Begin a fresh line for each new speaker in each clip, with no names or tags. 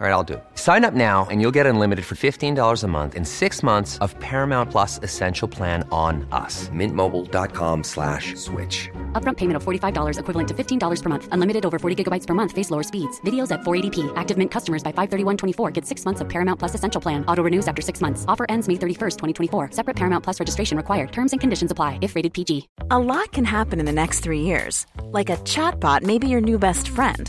All right, I'll do. it. Sign up now and you'll get unlimited for $15 a month in six months of Paramount Plus Essential Plan on us. Mintmobile.com slash switch.
Upfront payment of $45 equivalent to $15 per month. Unlimited over 40 gigabytes per month. Face lower speeds. Videos at 480p. Active Mint customers by 531.24 get six months of Paramount Plus Essential Plan. Auto renews after six months. Offer ends May 31st, 2024. Separate Paramount Plus registration required. Terms and conditions apply if rated PG.
A lot can happen in the next three years. Like a chatbot may be your new best friend.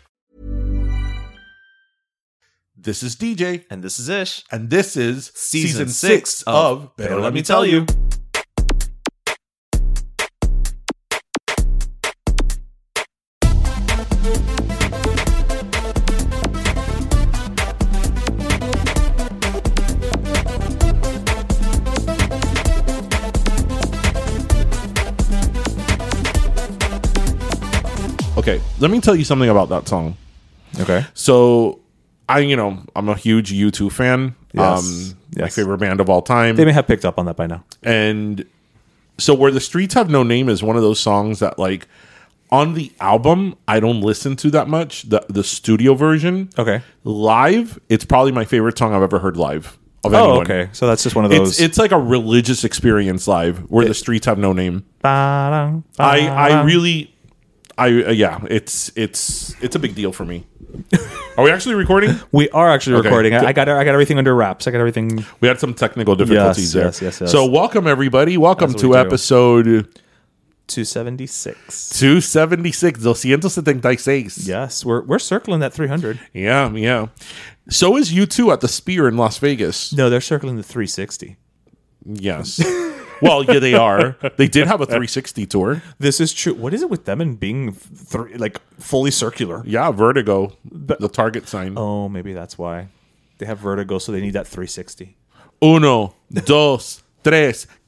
This is DJ,
And this is Ish.
and this is
Season six of Better Let Me Tell You.
Okay, let me tell you something about that song.
Okay.
So, I, you know, I'm a huge U2 fan.
Yes.
Um, My
Yes.
favorite band of all time.
They may have picked up on that by now.
and so where the streets have no name is one of those songs that like on the album i don't listen to that much the the studio version
Okay.
live it's probably my favorite song i've ever heard live of
Oh,
anyone.
okay. So that's just one of
it's,
those.
it's like a religious experience live where the streets have no name
Ba-dum,
i i
ba-dum.
really i uh, yeah it's it's it's a big deal for me are we actually recording
We are actually
Okay.
recording. I, I got I got everything under wraps. I got everything.
we had some technical difficulties
Yes,
there
yes, yes, yes.
so welcome everybody welcome
That's what
to
we do.
episode
276.
276 276
Yes, we're we're circling that 300.
yeah yeah so is u2 at the spear in las vegas
No, they're circling the 360.
yes well yeah they are they did have a 360 tour
This is true. What is it with them and being three, like fully circular?
yeah vertigo the target sign
Oh, maybe that's why they have vertigo, so they need that 360.
uno dos tres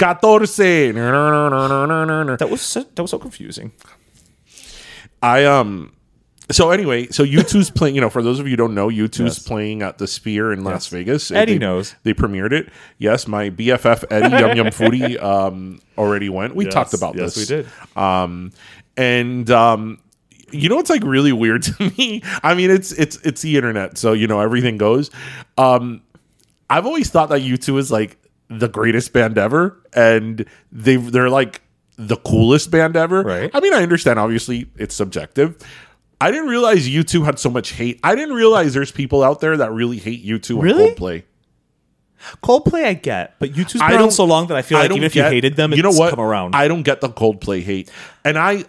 catorce
That was so, that was so confusing.
i um so anyway, so U2's playing. You know, for those of you who don't know, U2's playing at the Sphere in Las Vegas.
Eddie
They-
knows.
They premiered it. Yes, my BFF Eddie Yum Yum Foodie um, already went. We talked about
yes,
this.
we did.
um, and um, you know what's like really weird to me i mean it's it's it's the internet so you know everything goes um, i've always thought that u2 is like the greatest band ever and they they're like the coolest band ever
Right.
i mean i understand obviously it's subjective I didn't realize U2 had so much hate. I didn't realize there's people out there that really hate U2
Really?
and Coldplay.
Coldplay, I get, but U2's
I
been
don't-
on so long that I feel like
don't
even if you
get-
hated them,
you know
it's
what?
come around.
I don't get the Coldplay hate, and I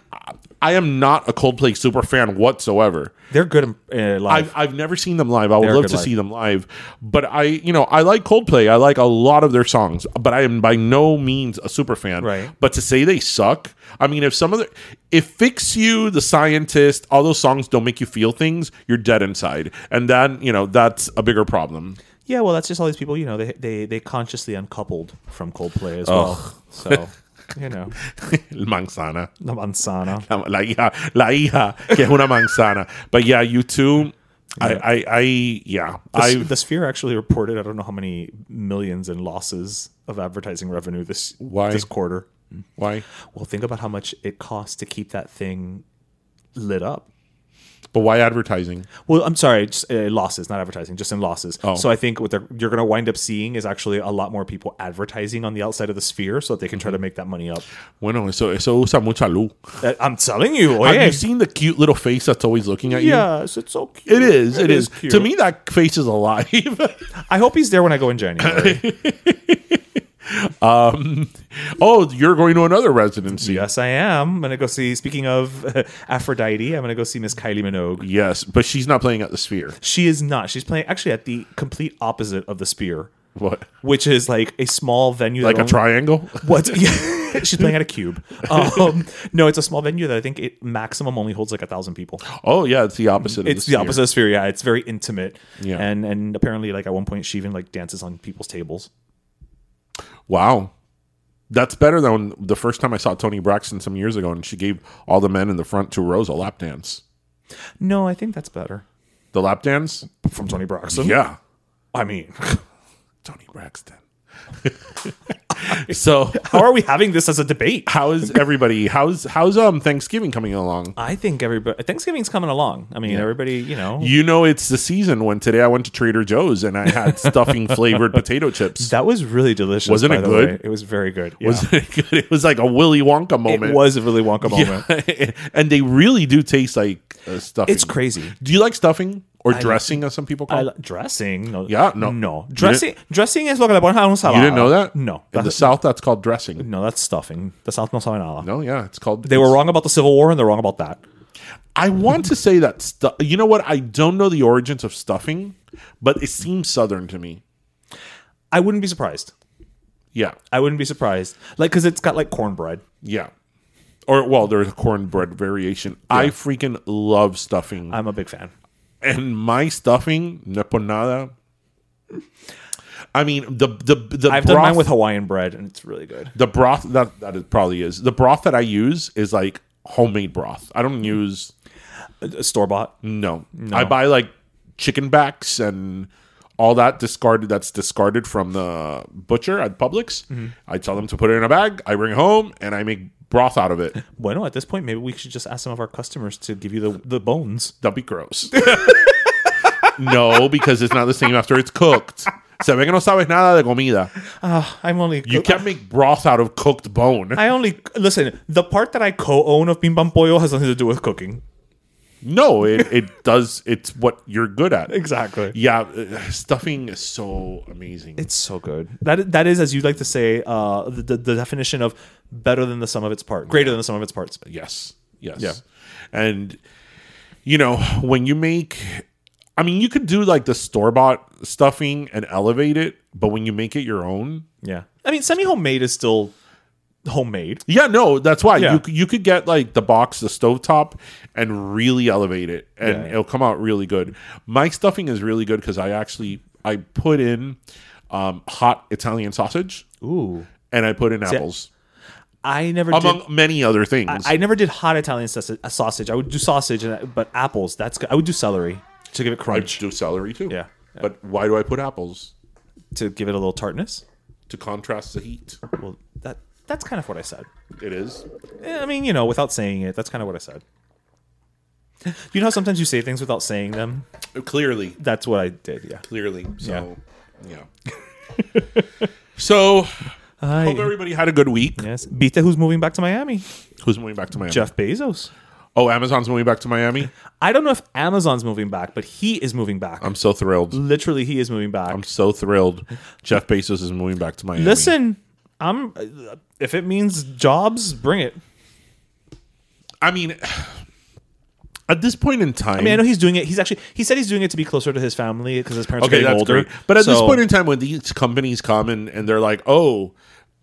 I am not a Coldplay super fan whatsoever.
They're good in, uh, live.
I've, I've never seen them live. I would
They're
love
good
to
live.
see them live, but I you know I like Coldplay. I like a lot of their songs, but I am by no means a super fan.
Right.
But to say they suck, I mean, if some of the if Fix You, The Scientist, all those songs don't make you feel things, you're dead inside, and then you know that's a bigger problem.
yeah, well, that's just all these people. You know, they they they consciously uncoupled from Coldplay as well. So you know,
Manzana.
the Manzana.
La, la hija, la hija, que es una manzana. But yeah, you too. I, I, I, yeah.
The, s-
I,
the Sphere actually reported I don't know how many millions in losses of advertising revenue this
Why?
this quarter.
why?
Well, think about how much it costs to keep that thing lit up.
But why advertising?
Well, I'm sorry, just, uh, losses, not advertising, just in losses.
Oh.
So I think what they're, you're going to wind up seeing is actually a lot more people advertising on the outside of the sphere so that they can
Mm-hmm.
try to make that money up.
Bueno, eso, eso usa mucha luz.
Uh, I'm telling you,
Have
oye.
you seen the cute little face that's always looking at you?
Yes, it's so cute.
It is. It is.
cute.
To me, that face is alive.
I hope he's there when I go in January.
oh, you're going to another residency.
yes, I am. I'm going to go see, speaking of uh, Aphrodite, I'm going to go see Miss Kylie Minogue.
Yes, but she's not playing at the Sphere.
She is not. She's playing actually at the complete opposite of the Spear,
What?
which is like a small venue. that
Like a
only-
triangle?
What? Yeah. She's playing at a cube. Um, no, it's a small venue that I think it maximum only holds like a thousand people.
Oh yeah, it's the opposite. Of
It's the
Sphere.
opposite of sphere. Yeah, it's very intimate.
Yeah.
And and apparently, like at one point, she even like dances on people's tables.
Wow. That's better than the first time I saw Tony Braxton some years ago, and she gave all the men in the front two rows a lap dance.
No, I think that's better
The lap dance?
from Tony Braxton.
Yeah.
I mean,
Tony Braxton. so
how are we having this as a debate?
how is everybody? How's how's um Thanksgiving coming along?
I think everybody Thanksgiving's coming along. I mean, everybody, you know,
You know it's the season when today I went to Trader Joe's and I had stuffing flavored potato chips.
that was really delicious.
Wasn't
by
it
the
good?
way. It was very good. Yeah.
was it good? It was like a Willy Wonka moment.
it was a really Wonka moment.
Yeah. and they really do taste like uh, stuffing.
It's crazy.
Do you like stuffing or dressing, as some people
I
call
li-
it?
dressing? No.
Yeah, no.
No.
You
Dressing dressing is lo que le ponen a un salado.
You didn't know that?
uh, No.
In the
That's-
South, that's called dressing.
no, that's stuffing. The South no sabe nada.
No, yeah, it's called.
They were wrong about the Civil War and they're wrong about that.
I want to say that stuff. You know what? I don't know the origins of stuffing, but it seems Southern to me.
I wouldn't be surprised.
Yeah,
I wouldn't be surprised. Like cuz it's got like cornbread.
yeah. Or well, there's a cornbread variation. I freaking love stuffing,
I'm a big fan.
and my stuffing neponada. I mean the the the
I've done mine with Hawaiian bread and it's really good.
the broth that that it probably is the broth that I use is like homemade broth. I don't use
Store bought.
no. I buy like chicken backs and all that discarded that's discarded from the butcher at Publix.
Mm-hmm.
I tell them to put it in a bag. I bring it home and I make broth out of it.
Bueno, at this point maybe we should just ask some of our customers to give you the the bones.
That'd be gross. no, because it's not the same after it's cooked. Se ve que no sabes nada de comida.
I'm only
You can't make broth out of cooked bone.
I only listen. The part that I co-own of Bim Bam Pollo has nothing to do with cooking.
No, it, it does. It's what you're good at.
Exactly.
Yeah, uh, stuffing is so amazing.
It's so good. That that is, as you like to say, uh, the, the, the definition of better than the sum of its parts, greater than the sum of its parts.
yes, yes,
Yeah.
And you know when you make, I mean, you could do like the store bought stuffing and elevate it, but when you make it your own,
Yeah, I mean, semi homemade is still homemade.
yeah, no, that's why
Yeah.
you c- you could get like the box, the stovetop, and really elevate it, and it'll come out really good. My stuffing is really good because I actually I put in um, hot Italian sausage
Ooh,
and I put in apples.
I never
Among
did.
many other things,
I, I never did hot Italian sausage. uh, sausage. I would do sausage, and, I- but apples. That's good. I would do celery to give it
I
crunch,
do celery too.
Yeah.
But why do I put apples?
to give it a little tartness.
To contrast the heat.
Well, that that's kind of what I said.
It is.
Eh, I mean, you know, without saying it, that's kind of what I said. You know how sometimes you say things without saying them?
Clearly.
That's what I did, yeah.
Clearly. So, yeah. so, hope everybody had a good week.
Yes. Bita, who's moving back to Miami?
Who's moving back to Miami?
Jeff Bezos.
Oh, Amazon's moving back to Miami?
I don't know if Amazon's moving back, but he is moving back.
I'm so thrilled.
Literally, he is moving back.
I'm so thrilled. Jeff Bezos is moving back to Miami.
Listen, I'm. If it means jobs, bring it.
I mean, at this point in time.
I mean, I know he's doing it. He's actually. He said he's doing it to be closer to his family because his parents are
okay,
getting
that's
older.
great. But at this
So-
point in time, when these companies come and, and they're like, oh,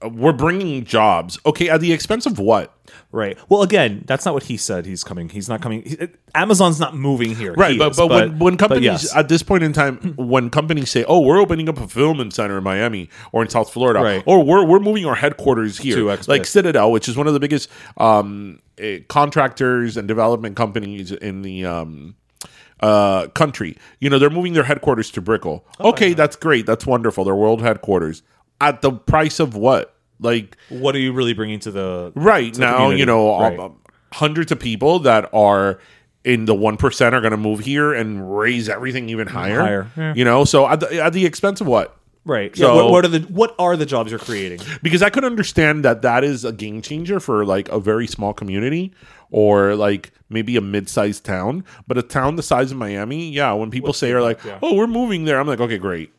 we're bringing jobs. Okay, at the expense of what?
right? Well, again, that's not what he said. He's coming. He's not coming. he- Amazon's not moving here.
right
He
but,
is,
but when, when
but
companies
yes.
at this point in time when companies say oh we're opening up a fulfillment center in miami or in south florida
Right.
or we're, we're moving our headquarters here
To X-
like citadel which is one of the biggest um, eh, contractors and development companies in the um, uh, country you know they're moving their headquarters to brickell
Oh,
okay that's great that's wonderful their world headquarters at the price of what like
what are you really bringing to the
right
to the
now
community?
you know
Right.
um, hundreds of people that are in the one percent are going to move here and raise everything even higher.
Higher, yeah.
You know, so at the, at the expense of what?
Right.
So-
yeah. What, what are the what are the jobs you're creating?
Because I could understand that that is a game changer for like a very small community or like maybe a mid-sized town, but a town the size of Miami, yeah. When people say are like, "Oh, we're moving there," I'm like, "Okay, great."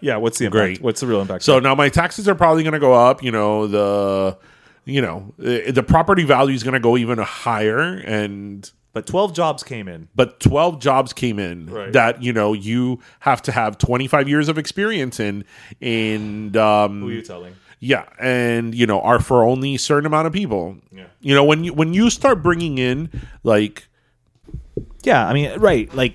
Yeah. What's the impact?
Great.
What's the real impact?
So now my taxes are probably going to go up. You know the, you know eh, the property value is going to go even higher, and
but 12 jobs came in.
but 12 jobs came in that you know you have to have 25 years of experience in and um
Who are you telling?
yeah and you know are for only a certain amount of people
Yeah.
you know when you when you start bringing in like
Yeah. I mean, right. Like,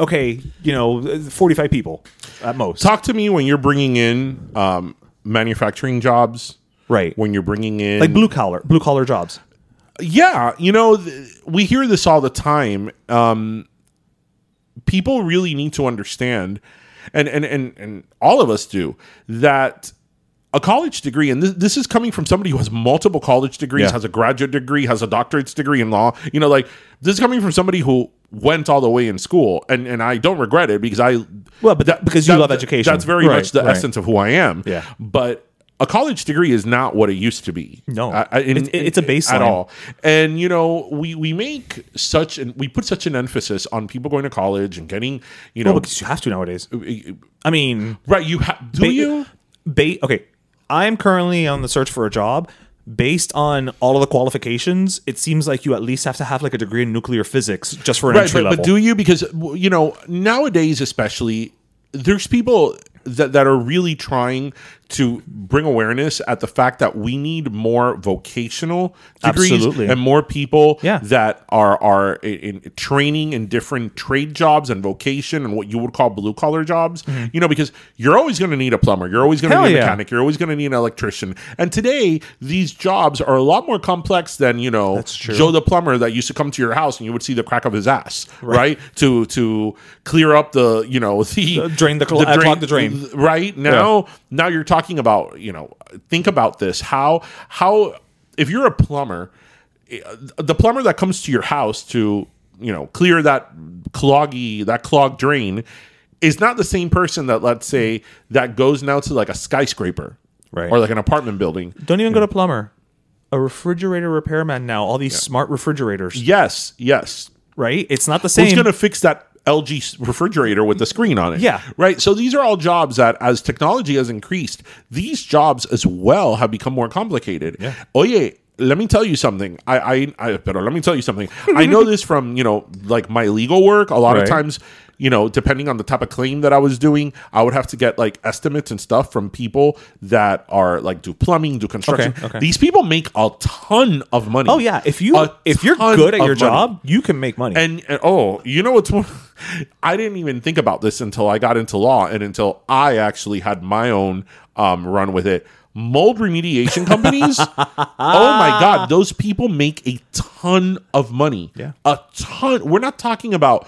okay, you know, 45 people at most.
talk to me when you're bringing in um manufacturing jobs
right.
when you're bringing in
like blue collar, blue collar jobs.
yeah you know th- we hear this all the time um people really need to understand and and and, and all of us do that a college degree and this, this is coming from somebody who has multiple college degrees
Yeah.
has a graduate degree has a doctorate's degree in law you know like this is coming from somebody who went all the way in school and and i don't regret it because i
Well, but that- because you love education.
that's very
Right,
much the
right.
essence of who i am
Yeah.
but a college degree is not what it used to be
No.
I- I- in-
It's- it's a baseline.
at all and you know we we make such an we put such an emphasis on people going to college and getting you know
Well, because you have to nowadays. I mean,
right you ha- do
ba-
you
Ba- okay, I'm currently on the search for a job. Based on all of the qualifications, it seems like you at least have to have like a degree in nuclear physics just for an
right
entry
but,
level.
but do you because w- you know nowadays especially there's people that, that are really trying to bring awareness at the fact that we need more vocational degrees
Absolutely.
and more people
Yeah.
that are are i- in training in different trade jobs and vocation and what you would call blue collar jobs
Mm-hmm.
you know because you're always going to need a plumber you're always going to
Hell
need a
yeah.
mechanic you're always going to need an electrician and today these jobs are a lot more complex than you know
That's true.
Joe the plumber that used to come to your house and you would see the crack of his ass, right? To to clear up the you know the
Uh, drain the clo- uh, clog the drain.
th- Right now, now you're talking about you know think about this how how if you're a plumber, eh, the plumber that comes to your house to you know clear that cloggy that clogged drain is not the same person that let's say that goes now to like a skyscraper.
Right.
Or like an apartment building.
not even go to plumber. A refrigerator repairman now. All these smart refrigerators,
Yes, yes.
right? It's not the same.
Who's going to fix that LG s- refrigerator with the screen on it?
Yeah.
Right. So these are all jobs that, as technology has increased, these jobs as well have become more complicated. Yeah. Oye, let me tell you something. I, I, I better let me tell you something. I know this from, you know, like my legal work. A lot
Right.
of times, you know, depending on the type of claim that I was doing, I would have to get like estimates and stuff from people that are like do plumbing, do construction.
okay.
These people make a ton of money.
oh yeah, if you
A
if you're
ton
good at
of
your
money.
job, you can make money.
And, and- oh, you know what's one? I didn't even think about this until I got into law and until I actually had my own um, run with it. Mold remediation companies. oh my god, those people make a ton of money.
Yeah.
a ton. We're not talking about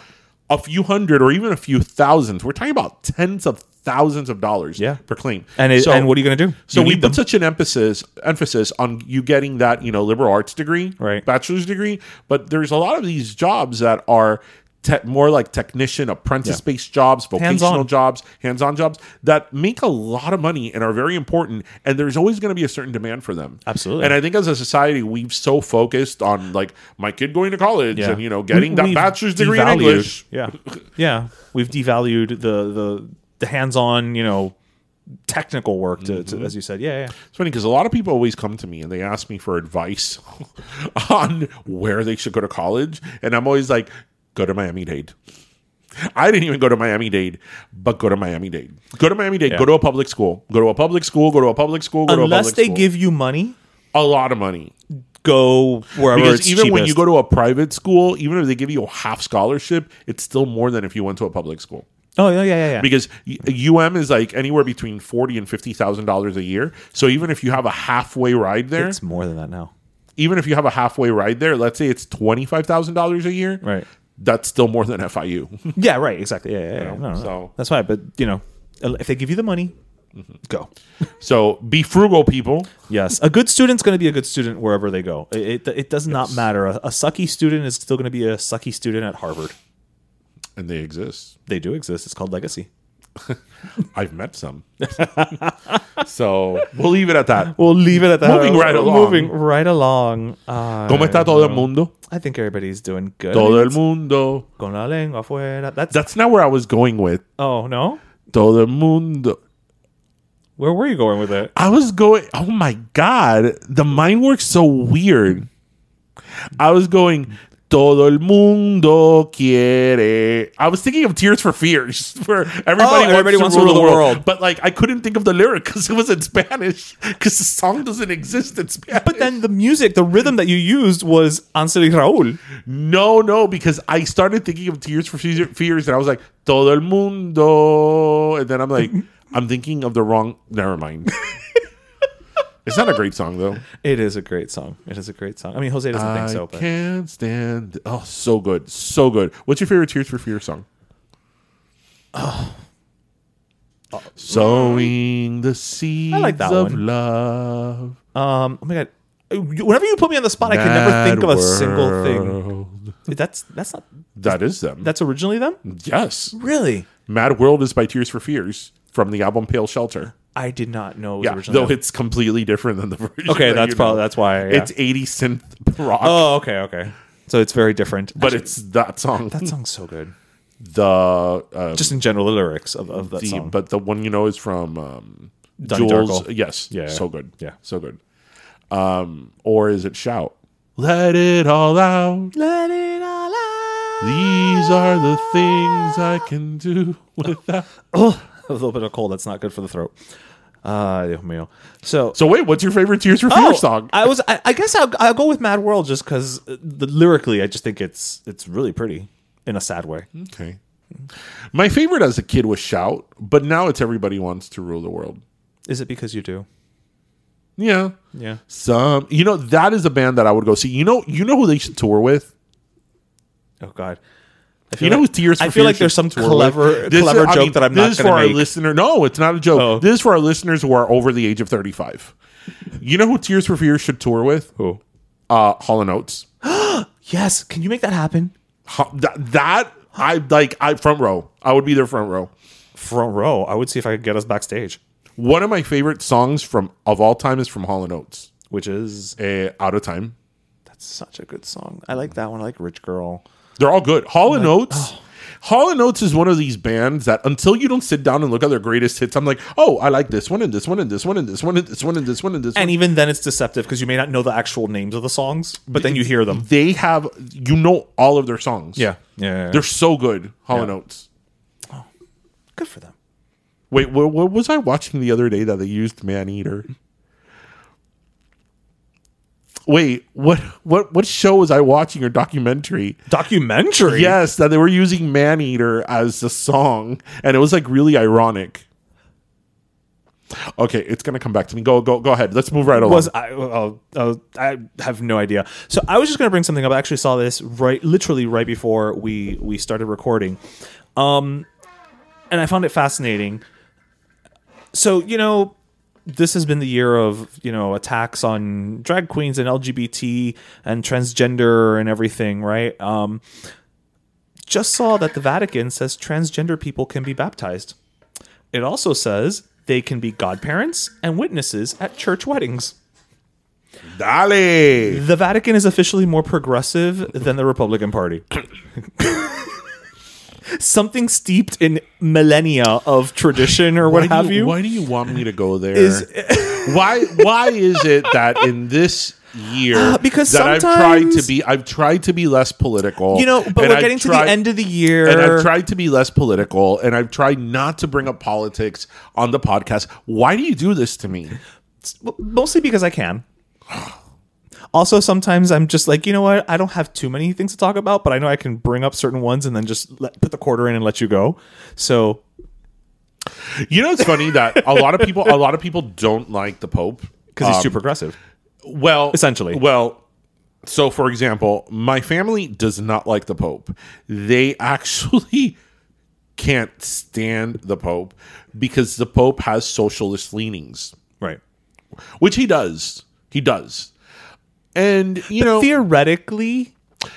a few hundred or even a few thousands. We're talking about tens of thousands of dollars.
Yeah.
per claim.
And it- and what are you gonna do?
So
You
we
need
put such an emphasis emphasis on you getting that you know liberal arts degree,
Right.
bachelor's degree. But there's a lot of these jobs that are te- more like technician, apprentice based jobs, vocational
Hands-on.
jobs, hands on jobs that make a lot of money and are very important. And there's always going to be a certain demand for them.
Absolutely.
And I think as a society, we've so focused on like my kid going to college
Yeah.
and you know getting
We-
that
we've
bachelor's degree
devalued-
in English.
Yeah, yeah, we've devalued the the the hands-on, you know, technical work to,
Mm-hmm.
to as you said. Yeah, yeah.
It's funny because a lot of people always come to me and they ask me for advice on where they should go to college, and I'm always like, "Go to Miami Dade." I didn't even go to Miami Dade, but go to Miami Dade. Go to Miami Dade. Go to a public school. Go to a public school. Go to a public school. Go to a
Unless
public
they
school.
give you money,
a lot of money,
go wherever
because
it's
even when you
cheapest.
go to a private school, even if they give you a half scholarship, it's still more than if you went to a public school.
Oh yeah, yeah, yeah. yeah.
because U- UM is like anywhere between forty and fifty thousand dollars a year. So even if you have a halfway ride there,
it's more than that now.
even if you have a halfway ride there, let's say it's twenty five thousand dollars a year,
Right.
That's still more than FIU.
Yeah, right. Exactly. Yeah, yeah. yeah. No, no, no.
so-
that's why. But you know, if they give you the money, Go.
So be frugal, people.
Yes, a good student's going to be a good student wherever they go. It it, it does not matter. A, a sucky student is still going to be a sucky student at Harvard.
And they exist.
They do exist. It's called legacy.
I've met some. so we'll leave it at that.
We'll leave it at that.
Moving right along.
Moving right along. Uh,
¿Cómo está todo el mundo?
I think everybody's doing good.
Todo el mundo.
Con la lengua afuera. That's,
That's not where I was going with.
oh no.
Todo el mundo.
Where were you going with it?
I was going, oh my God, the mind works so weird. I was going, todo el mundo quiere. I was thinking of Tears for Fears, where everybody, wants,
everybody
to
wants
rule the world. But like, I couldn't think of the lyric because it was in Spanish, because the song doesn't exist in Spanish.
But then the music, the rhythm that you used was Ansel y Raúl.
no, no, because I started thinking of Tears for Fe- Fears and I was like, todo el mundo. And then I'm like, I'm thinking of the wrong, never mind. it's not a great song though.
It is a great song. It is a great song. I mean, Jose doesn't think so, but
can't stand. Oh, so good, so good. What's your favorite Tears for Fear song?
Uh,
Oh. Sowing the seeds
like that
of
one.
love.
um, oh my god. Whenever you put me on the spot, I can never think of a single thing. That's that's not
That is them.
that's originally them.
yes.
Really,
Mad World is by Tears for Fears from the album Pale Shelter.
I did not know. It was
Yeah,
originally
though
them.
it's completely different than the version.
Okay,
that
that's
you
probably-
know.
that's why, yeah.
It's 80 synth rock,
oh okay okay. So it's very different.
but it's that song.
that song's so good.
the uh,
Just in general, the lyrics of, of that
the-
song.
but the one you know is from um,
Donnie
Jules.
Darko.
Yes,
Yeah.
so good.
Yeah.
so good. Um, or is it shout? Let it all out.
Let it all out.
These are the things I can do without.
A little bit of cold. That's not good for the throat. Uh, Dios mío. So
So wait, what's your favorite Tears for
Oh,
Fears song?
I was. I, I guess I'll, I'll go with Mad World just because the, lyrically, I just think it's it's really pretty in a sad way.
okay. My favorite as a kid was Shout, but now it's Everybody Wants to Rule the World.
Is it because you do?
Yeah.
Yeah.
Some, you know, that is a band that I would go see. You know, you know who they should tour with.
Oh God. I feel
You know
like-
who's Tears for
I feel like
Fears
there's some
should tour
clever,
with? This
clever
is- I
joke
mean,
that I'm
This
not
is for our
going to make.
listener. No, it's not a joke.
Oh.
This is for our listeners who are over the age of 35. You know who Tears for Fears should tour with?
Who?
Uh, Hall and Oates.
Yes. Can you make that happen?
Ho- That, that I like. I front row. I would be their front row.
Front row. I would see if I could get us backstage.
One of my favorite songs from of all time is from Hall and Oates.
Which is
Uh, out of time.
that's such a good song. I like that one. I like Rich Girl.
They're all good. Hall and Oates. Hall and Oates is one of these bands that until you don't sit down and look at their greatest hits, I'm like, oh, I like this one and this one and this one and this one and this one and this one and this one.
And even then, it's deceptive because you may not know the actual names of the songs, but then you hear them.
they have you know all of their songs.
Yeah.
They're so good. Hall and Oates.
good for them.
Wait, what, what was I watching the other day that they used Man Eater? Wait, what what what show was I watching or documentary?
Documentary.
Yes, that they were using Man Eater as the song, and it was like really ironic. Okay, it's gonna come back to me. Go go go ahead. Let's move right along.
was I, uh, uh, I have no idea. So I was just going to bring something up. I actually saw this right, literally right before we we started recording, um, and I found it fascinating. So you know, this has been the year of you know attacks on drag queens and LGBT and transgender and everything, right? Um, just saw that the Vatican says transgender people can be baptized. It also says they can be godparents and witnesses at church weddings.
Dale.
The Vatican is officially more progressive than the Republican Party. Something steeped in millennia of tradition or what
Why do
have you.
Why do you want me to go there?
Is-
why why is it that in this year
Uh, because
that I've tried to
sometimes-
be I've tried to be less political.
You know, but
and
we're
I've
getting to the
tried-
end of the year.
and I've tried to be less political and I've tried not to bring up politics on the podcast. Why do you do this to me?
Well, mostly because I can. Also, sometimes I'm just like, you know what? I don't have too many things to talk about, but I know I can bring up certain ones and then just let, put the quarter in and let you go. So,
You know it's funny that a lot of people a lot of people don't like the Pope.
because he's
Um,
too progressive.
Well,
Essentially.
Well, so for example, my family does not like the Pope. They actually can't stand the Pope because the Pope has socialist leanings,
Right.
which he does. He does. And, you know,
theoretically,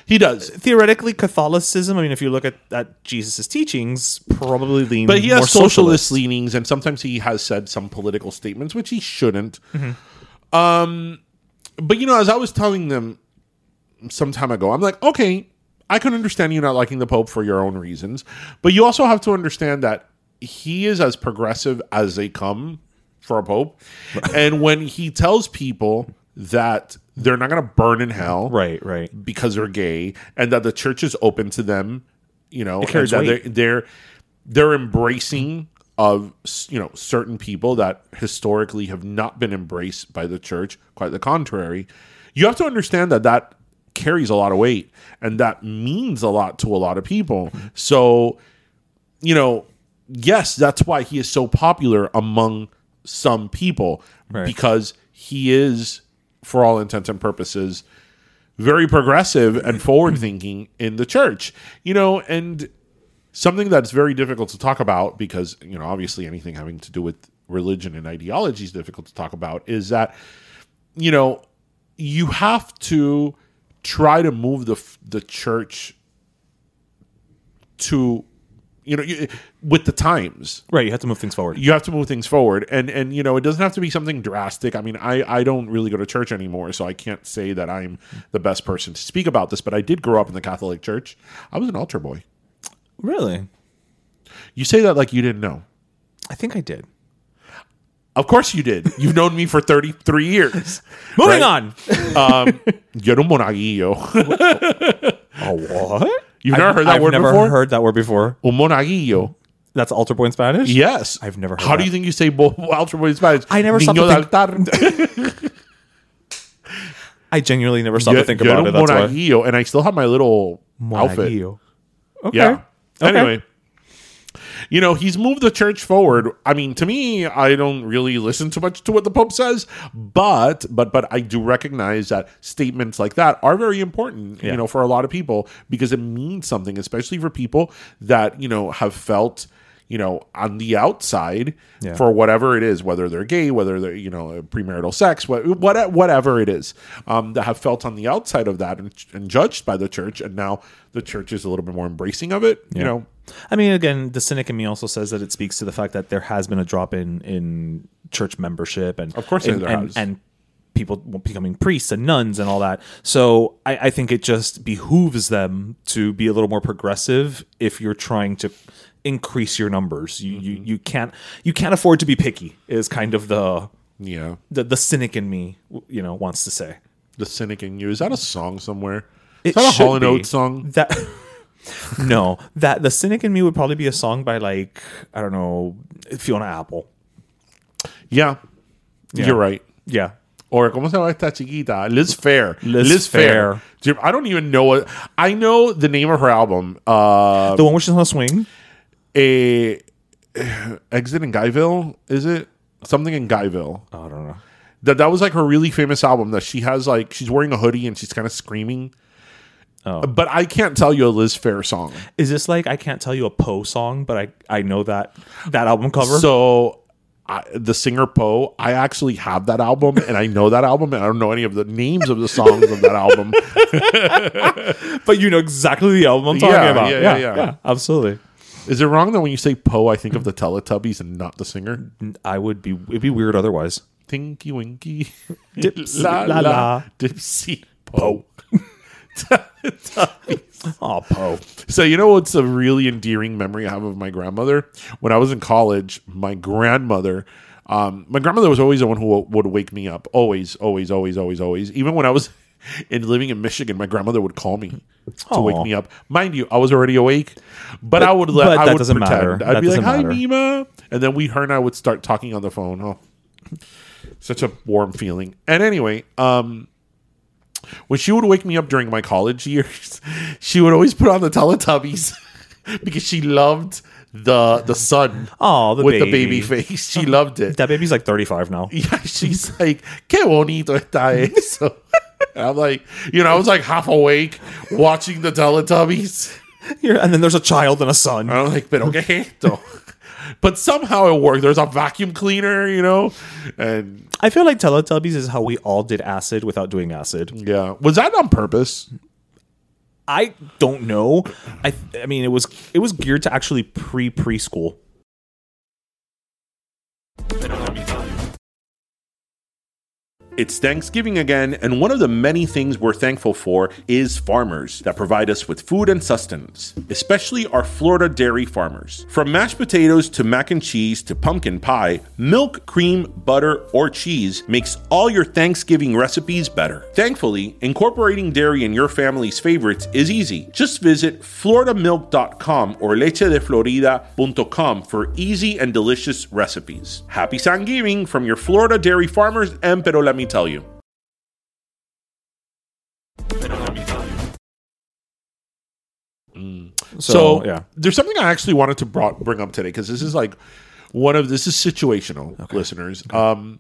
he does.
theoretically, Catholicism. I mean, if you look at at Jesus's teachings, probably lean.
But he has
more
socialist, leanings, and sometimes he has said some political statements which he shouldn't.
Mm-hmm.
Um, but you know, as I was telling them some time ago, I'm like, okay, I can understand you not liking the Pope for your own reasons, but you also have to understand that he is as progressive as they come for a Pope, and when he tells people that they're not going to burn in hell,
Right. Right.
because they're gay and that the church is open to them you know and
carries
that they're,
weight.
they're they're embracing of s- you know certain people that historically have not been embraced by the church quite the contrary you have to understand that that carries a lot of weight and that means a lot to a lot of people so you know yes that's why he is so popular among some people
Right.
because he is for all intents and purposes very progressive and forward thinking in the church. You know, and something that's very difficult to talk about because, you know, obviously anything having to do with religion and ideology is difficult to talk about is that, you know, you have to try to move the f- the church to you know you, with the times
Right. You have to move things forward.
you have to move things forward and and you know it doesn't have to be something drastic i mean i i don't really go to church anymore so i can't say that i'm the best person to speak about this but i did grow up in the catholic church i was an altar boy
Really.
you say that like you didn't know
I think I did.
of course you did you've known me for 33 years
Moving
Right?
on.
Yo era un monaguillo
A what?
You've never heard that word
never
before?
heard that word before.
un monaguillo
That's altar boy in Spanish.
yes
I've never heard
how do
that.
you think you say bo- altar boy in spanish
I never stopped
Niño
to think-
de altar.
I genuinely never stopped to think
Yo era
about it.
un
That's why.
monaguillo and i still have my little outfit
Monaguillo. Okay.
Yeah.
Okay.
Anyway, you know, he's moved the church forward. I mean, to me, I don't really listen too much to what the Pope says, but but but I do recognize that statements like that are very important, you
Yeah.
know, for a lot of people because it means something, especially for people that, you know, have felt you know, on the outside
Yeah.
for whatever it is, whether they're gay, whether they're, you know, premarital sex, what, what whatever it is, um, that have felt on the outside of that and, and judged by the church. And now the church is a little bit more embracing of it, you know.
I mean, again, the cynic in me also says that it speaks to the fact that there has been a drop in in church membership, and
Of course
and,
there
and,
has.
and people becoming priests and nuns and all that. So I, I think it just behooves them to be a little more progressive if you're trying to increase your numbers. You you,
Mm-hmm.
you can't you can't afford to be picky. Is kind of the
Yeah.
the, the cynic in me, you know, wants to say.
The cynic in you. Is that a song somewhere? Is
It's
that a Hall and Oates song?
That no, that the cynic in me would probably be a song by like I don't know Fiona Apple.
Yeah.
Yeah.
You're right.
Yeah,
Or como se llama esta chiquita? Liz Fair.
Liz Fair.
Jim, I don't even know what I know the name of her album. Uh
the one where she's on a swing.
a eh, Exit in Guyville, is it? Something in Guyville.
I don't know.
That that was like her really famous album that she has like she's wearing a hoodie and she's kind of screaming.
Oh.
But I can't tell you a Liz Fair song.
Is this like I can't tell you a Poe song, but I I know that that album cover.
So I, the singer Poe, I actually have that album and I know that album and I don't know any of the names of the songs of that album.
but you know exactly the album I'm talking
Yeah,
about.
yeah,
Yeah yeah,
yeah, yeah.
absolutely.
Is it wrong that when you say Poe, I think of the Teletubbies and not the singer?
I would be it'd be weird otherwise.
Tinky Winky,
Dipsy, la, la.
Dipsy Poe.
Oh Poe.
So you know what's a really endearing memory I have of my grandmother? When I was in college, my grandmother, um, my grandmother was always the one who w- would wake me up. Always, always, always, always, always. Even when I was in living in Michigan, my grandmother would call me to wake
Aw.
me up. Mind you, I was already awake, but, I would let
but
I
that
would
doesn't
pretend.
matter.
I'd
That
be like,
doesn't
"Hi,
matter."
Nima," and then we her and I would start talking on the phone. Oh, such a warm feeling. And anyway, um when she would wake me up during my college years, she would always put on the Teletubbies because she loved the the sun.
Aw, the
with the
baby.
baby face, she loved it.
That baby's like 35 now.
yeah, she's like, "Qué bonito está eso." And I'm like, you know, I was like half awake watching the Teletubbies.
You're- and then there's a child and a son.
I'm like, pero qué es esto? But somehow it worked. There's a vacuum cleaner, you know, and
I feel like Teletubbies is how we all did acid without doing acid.
yeah, was that on purpose?
I don't know. I th- I mean, it was it was geared to actually pre preschool.
It's Thanksgiving again, and one of the many things we're thankful for is farmers that provide us with food and sustenance, especially our Florida dairy farmers. From mashed potatoes to mac and cheese to pumpkin pie, milk, cream, butter, or cheese makes all your Thanksgiving recipes better. Thankfully, incorporating dairy in your family's favorites is easy. Just visit floridamilk.com or lechedeflorida.com for easy and delicious recipes. Happy Thanksgiving from your Florida dairy farmers and Pero Let Me Tell You. So, yeah. there's something I actually wanted to brought, bring up today because this is like one of this is situational listeners. Um,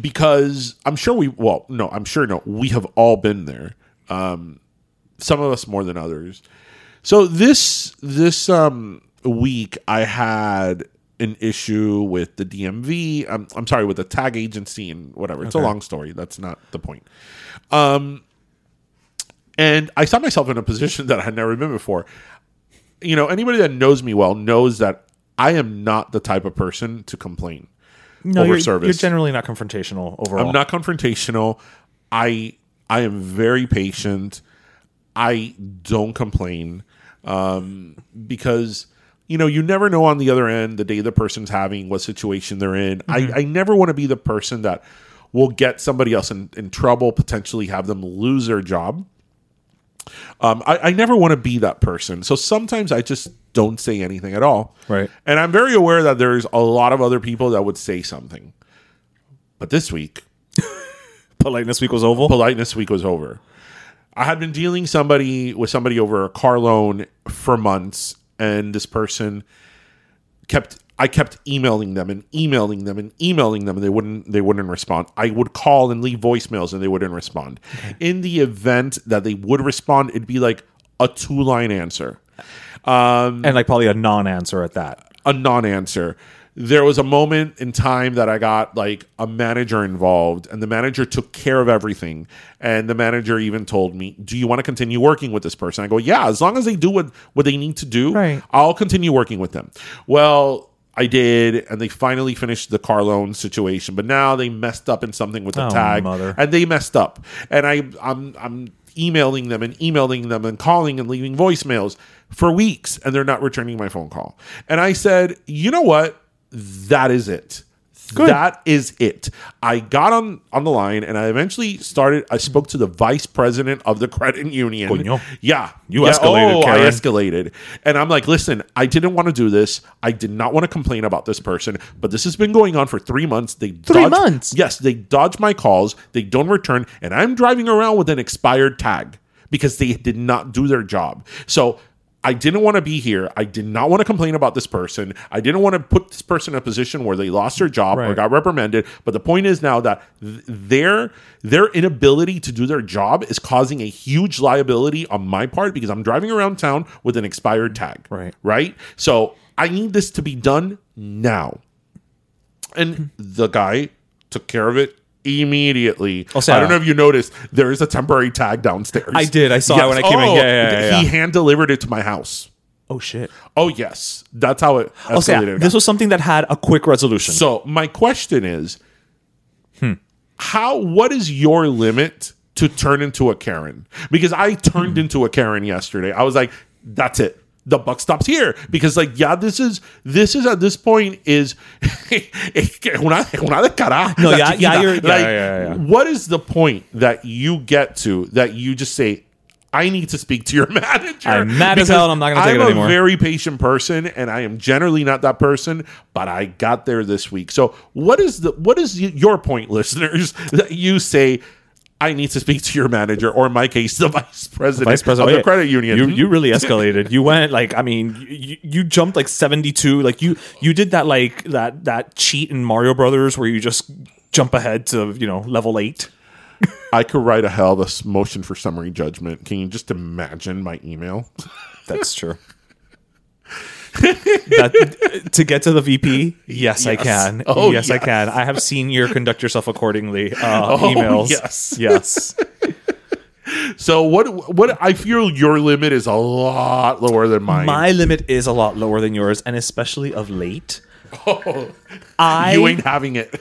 because I'm sure we well no I'm sure no we have all been there. Um, some of us more than others. So this this um week I had an issue with the DMV. I'm, I'm sorry with the tag agency and whatever. It's a long story. That's not the point. Um, and I saw myself in a position that I had never been before you know, anybody that knows me well knows that I am not the type of person to complain
No,
over
you're,
service.
you're generally not confrontational overall.
I'm not confrontational. I I am very patient. I don't complain um, because you know you never know on the other end the day the person's having what situation they're in.
Mm-hmm.
I, I never want to be the person that will get somebody else in, in trouble, potentially have them lose their job. Um, I, I never want to be that person. So sometimes I just don't say anything at all.
Right.
And I'm very aware that there's a lot of other people that would say something. But this week,
Politeness week was oval.
politeness week was over. I had been dealing somebody with somebody over a car loan for months, and this person kept I kept emailing them and emailing them and emailing them, and they wouldn't they wouldn't respond. I would call and leave voicemails, and they wouldn't respond. In the event that they would respond, it'd be like a two line answer.
and like probably a non-answer at that.
a non-answer. There was a moment in time that I got like a manager involved, and the manager took care of everything. And the manager even told me, "Do you want to continue working with this person?" I go, "Yeah, as long as they do what what they need to do,
Right.
I'll continue working with them." Well. I did, and they finally finished the car loan situation. But now they messed up in something with the
Oh,
tag,
mother.
and they messed up. And I, I'm, I'm emailing them and emailing them and calling and leaving voicemails for weeks, and they're not returning my phone call. And I said, you know what? That is it. That is it. I got on on the line, and I eventually started. I spoke to the vice president of the credit union.
Coño.
Yeah,
You
Yeah.
escalated,
Oh, I
Karen.
escalated. And I'm like, listen, I didn't want to do this. I did not want to complain about this person, but this has been going on for three months. They
Three
dodge-
months?
Yes, they dodge my calls. They don't return, and I'm driving around with an expired tag because they did not do their job. So. I didn't want to be here. I did not want to complain about this person. I didn't want to put this person in a position where they lost their job or
Right.
got reprimanded. But the point is now that th- their their inability to do their job is causing a huge liability on my part because I'm driving around town with an expired tag.
Right.
Right? So I need this to be done now.
Hmm.
And the guy took care of it immediately.
Oh,
I
Sarah.
don't know if you noticed, there is a temporary tag downstairs. Oh,
I did. I saw it when I came in. Yeah, yeah, yeah,
He
yeah.
hand delivered it to my house.
Oh shit.
Oh yes, that's how it escalated.
Oh, so yeah,
guys.
this was something that had a quick resolution.
So my question is,
Hmm.
how? What is your limit to turn into a Karen? Because I turned
Hmm.
into a Karen yesterday. I was like, that's it. The buck stops here because, like, yeah, this is this is at this point is una, una de cara.
No,
la
yeah, yeah,
chiquita.
you're- yeah,
Like,
yeah, yeah, yeah.
What is the point that you get to that you just say? I need to speak to your manager.
I'm mad as hell and I'm not gonna take
I'm
it
a
anymore.
very very patient person and I am generally not that person, but I got there this week. So what is the what is y- your point, listeners, that you say I need to speak to your manager, or in my case, the vice president,
Vice President oh,
of the
yeah.
credit union.
You, you really escalated. You went like I mean you- you, you jumped like seventy two. Like you you did that like that that cheat in Mario Brothers where you just jump ahead to you know level eight.
Hmm? I could write a hell of a s- motion for summary judgment. Can you just imagine my email?
That's true. That- to get to the VP, yes, I
Yes.
can.
Oh,
yes, I
yes.
can. I have seen your conduct yourself accordingly uh,
Oh,
emails.
yes.
yes.
So what? What I feel your limit is a lot lower than mine.
My limit is a lot lower than yours, and especially of late. I
Oh. you ain't having it.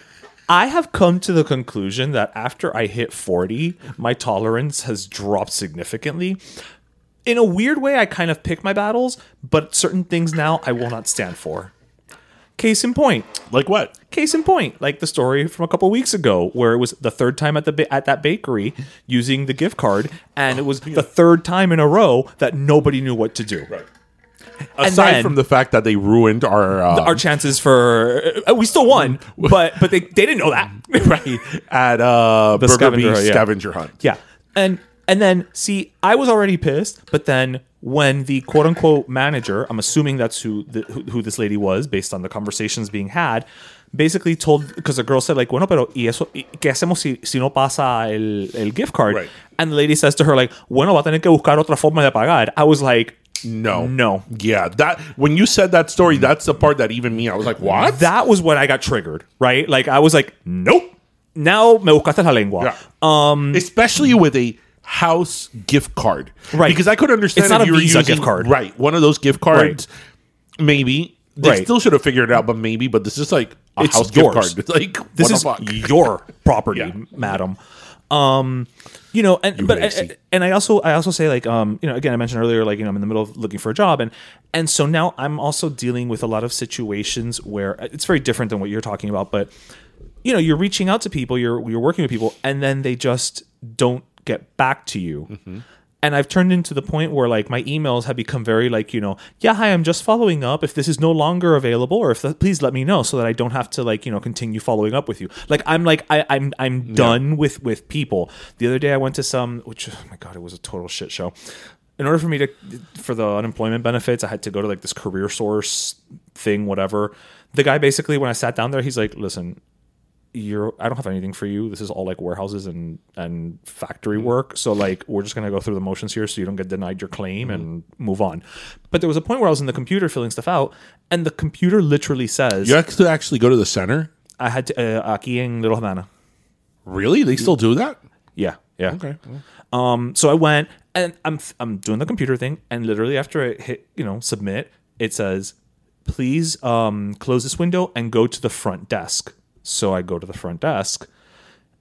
I have come to the conclusion that after I hit 40, my tolerance has dropped significantly. In a weird way, I kind of pick my battles, but certain things now I will not stand for. Case in point,
Like what?
case in point, like the story from a couple weeks ago where it was the third time at the ba- at that bakery using the gift card and it was the third time in a row that nobody knew what to do. Right.
Aside from the fact that they ruined our, uh,
our chances for uh, we still won, but but they, they didn't know that.
right at uh, Burger
scavenger
Bee's
hunt, yeah.
scavenger hunt.
Yeah. And and then see, I was already pissed, but then when the quote unquote manager, I'm assuming that's who the, who, who this lady was based on the conversations being had, basically told because the girl said like, "Bueno, pero y eso y- qué hacemos si, si no pasa el, el gift card?"
Right.
And the lady says to her like, "Bueno, va a tener que buscar otra forma de pagar." I was like,
No,
No.
yeah. That when you said that story, that's the part that even me, I was like, what?
that was when I got triggered, right? Like I was like, "Nope." Now me buscaste la lengua.
Yeah.
um,
especially with a house gift card,
Right.
Because I could understand
It's not
if
a
you were
Visa
using-
gift card.
right? One of those gift cards, maybe. They
Right.
still should have figured it out, but maybe. But this is like a
It's
house
yours.
gift card. Like
this
what
is
the fuck?
your property,
Yeah.
madam. Um, you know, and but
lazy.
and, and I also I also say like um, you know, again I mentioned earlier like you know I'm in the middle of looking for a job and and so now I'm also dealing with a lot of situations where uh, it's very different than what you're talking about, but you know, you're reaching out to people, you're you're working with people and then they just don't get back to you. And I've turned into the point where like my emails have become very like, you know, yeah, hi, I'm just following up. If this is no longer available or if please let me know so that I don't have to like, you know, continue following up with you. Like I'm like I, I'm I'm done with with people. The other day I went to some which oh my god, it was a total shit show. In order for me to for the unemployment benefits, I had to go to like this career source thing, whatever. The guy basically when I sat down there, he's like, Listen, you're I don't have anything for you. This is all like warehouses and and factory work. So like we're just gonna go through the motions here so you don't get denied your claim and move on. But there was a point where I was in the computer filling stuff out, and the computer literally says
You have to actually go to the center.
I had to uh, aquí en Little Havana.
Really? They still do that?
Yeah, yeah.
Okay.
Um, so I went and I'm I'm doing the computer thing, and literally after I hit you know submit, it says, "Please um, close this window and go to the front desk." So I go to the front desk,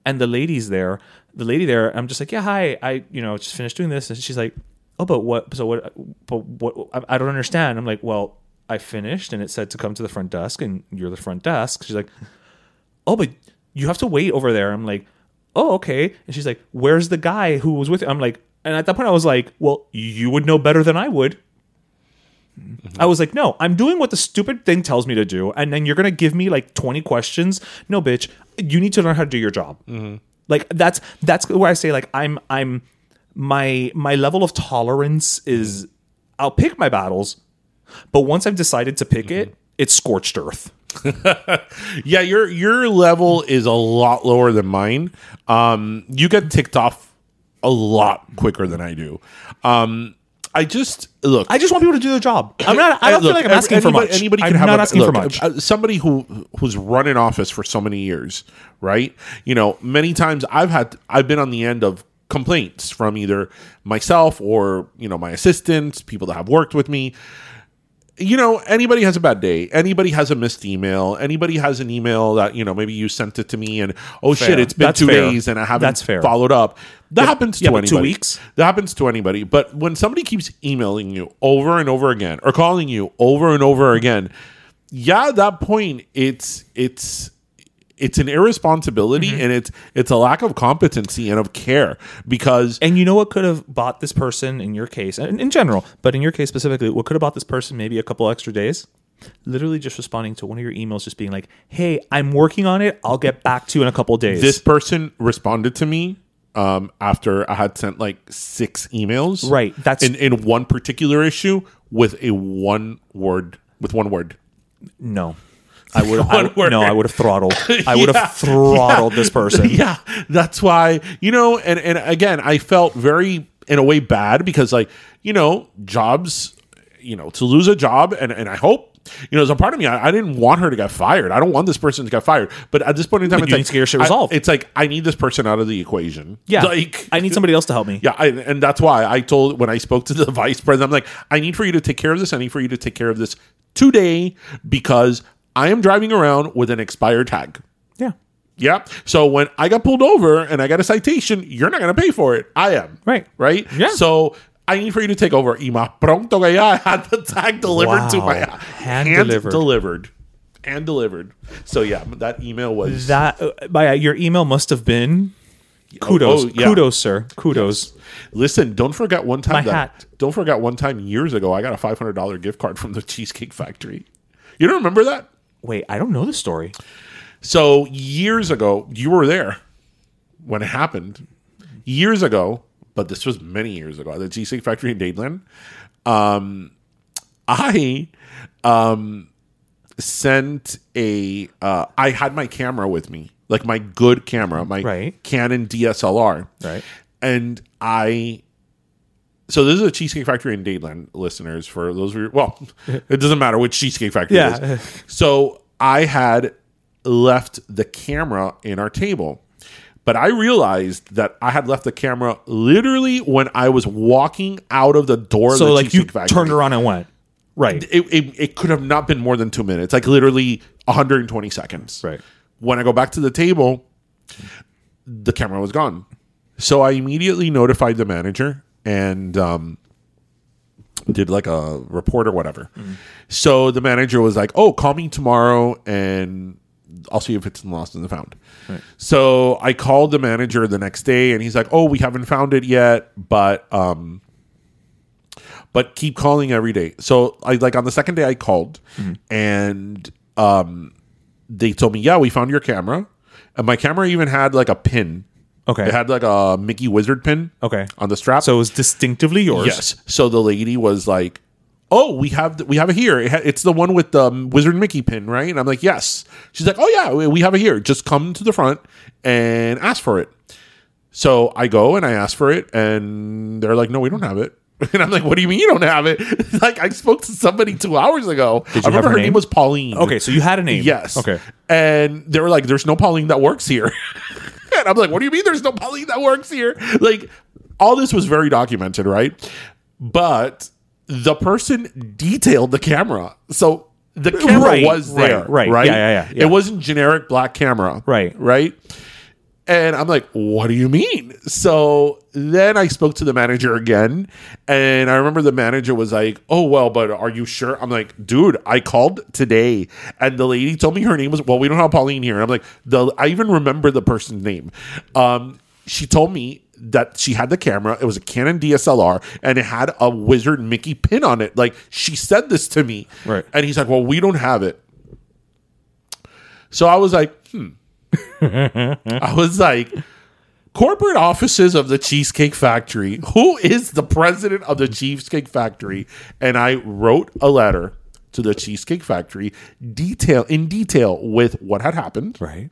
and the lady's there. The lady there, I'm just like, "Yeah, hi, I you know just finished doing this," and she's like, "Oh, but what? So what? But what? I, I don't understand." I'm like, "Well." I finished and it said to come to the front desk and you're the front desk. She's like, oh, but you have to wait over there. I'm like, oh, okay. And she's like, where's the guy who was with? You? I'm like, and at that point, I was like, well, you would know better than I would. I was like, no, I'm doing what the stupid thing tells me to do, and then you're gonna give me like 20 questions. No, bitch, you need to learn how to do your job. Like that's that's where I say like I'm I'm my my level of tolerance is I'll pick my battles, but once I've decided to pick it, it's scorched earth.
Yeah, your your level is a lot lower than mine. Um, you get ticked off a lot quicker than I do. Um, I just look.
I just want people to do their job. I'm not. I don't feel
Look,
like I'm
every-
asking
anybody,
for much.
Anybody
I'm
can have
not
a-
asking
look,
for much.
uh, Somebody who who's run an office for so many years, right? You know, many times I've had I've been on the end of complaints from either myself or you know my assistants, people that have worked with me. You know, anybody has a bad day. Anybody has a missed email. Anybody has an email that you know maybe you sent it to me and oh
Fair.
shit, it's been
That's
two
fair.
days and I haven't
That's fair.
followed up. That happens to
yeah, but
anybody.
two weeks?
That happens to anybody. But when somebody keeps emailing you over and over again or calling you over and over again, yeah, at that point it's it's it's an irresponsibility
Mm-hmm.
and it's it's a lack of competency and of care because
and you know what could have bought this person in your case, and in general, but in your case specifically, what could have bought this person maybe a couple extra days? Literally just responding to one of your emails, just being like, "Hey, I'm working on it. I'll get back to you in a couple days."
this person responded to me um, after I had sent like six emails.
Right, that's-
in, in one particular issue with a one word with one word.
no, I would.
One
I,
word.
no, I would have throttled. I would
Yeah.
have throttled this person.
yeah that's why you know and and again i felt very in a way bad because like you know jobs you know, to lose a job, and, and I hope, you know, as a part of me, I, I didn't want her to get fired. I don't want this person to get fired. But at this point in time,
But
it's
you
like,
need to get your shit
I-
resolved.
it's like, I need this person out of the equation.
Yeah,
Like,
I need somebody else to help me.
yeah, I, and that's why I told when I spoke to the vice president, I'm like, I need for you to take care of this. I need for you to take care of this today because I am driving around with an expired tag.
yeah,
Yep. So when I got pulled over and I got a citation, you're not going to pay for it. I am.
Right.
Right.
Yeah.
So I need for you to take over. Y más pronto que ya, I had the tag delivered to
Wow.
my
Hand delivered.
delivered. Hand delivered. So yeah, that email was
that uh, by your email must have been kudos,
oh, yeah.
kudos, sir, kudos.
Listen, don't forget one time
My
that
hat.
don't forget one time years ago I got a five hundred dollar gift card from the Cheesecake Factory. You don't remember that?
Wait, I don't know the story.
So years ago, you were there when it happened. Years ago, but this was many years ago, at the Cheesecake Factory in Dadeland. Um I um sent a uh I had my camera with me, like my good camera, my
Right.
Canon DSLR.
Right.
And I so this is a Cheesecake Factory in Dadeland, listeners. For those of you, well, it doesn't matter which Cheesecake Factory it
Yeah.
is. So I had left the camera in our table, but I realized that I had left the camera literally when I was walking out of the door. of
So
the
like you
Cheesecake Factory.
turned around and went right.
It, it, it could have not been more than two minutes, like literally 120 seconds.
Right.
When I go back to the table, the camera was gone. So I immediately notified the manager and um, did like a report or whatever. So the manager was like, "Oh, call me tomorrow and I'll see if it's lost in the found." So I called the manager the next day and he's like, "Oh, we haven't found it yet, but um but keep calling every day." So I like on the second day I called
Mm-hmm.
and um they told me, "Yeah, we found your camera." And my camera even had like a pin.
Okay.
It had like a Mickey Wizard pin.
Okay.
On the strap.
So it was distinctively yours.
Yes. So the lady was like, "Oh, we have th- we have it here. It ha- it's the one with the um, wizard Mickey pin, right?" And I'm like, "Yes." She's like, "Oh yeah, we- we have it here. Just come to the front and ask for it." So I go and I ask for it, and they're like, "No, we don't have it." And I'm like, "What do you mean you don't have it?" like I spoke to somebody two hours ago.
Did you
I remember
have her
her
name?
name was Pauline.
Okay, so you had a name.
Yes.
Okay.
And they were like, there's no Pauline that works here. and I'm like, what do you mean there's no Pauline that works here? Like, all this was very documented, right? But the person detailed the camera. So the camera
Right,
was
right,
there.
right.
Right.
Yeah, yeah, yeah, yeah.
It wasn't generic black camera.
Right.
Right. And I'm like, what do you mean? So then I spoke to the manager again. And I remember the manager was like, oh, well, but are you sure? I'm like, dude, I called today. And the lady told me her name was, well, we don't have Pauline here. And I'm like, the, I even remember the person's name. Um, she told me that she had the camera. It was a Canon DSLR and it had a wizard Mickey pin on it. Like she said this to me.
Right.
And he's like, well, we don't have it. So I was like, hmm. I was like, corporate offices of the Cheesecake Factory. Who is the president of the Cheesecake Factory? And I wrote a letter to the Cheesecake Factory, detail in detail with what had happened.
Right.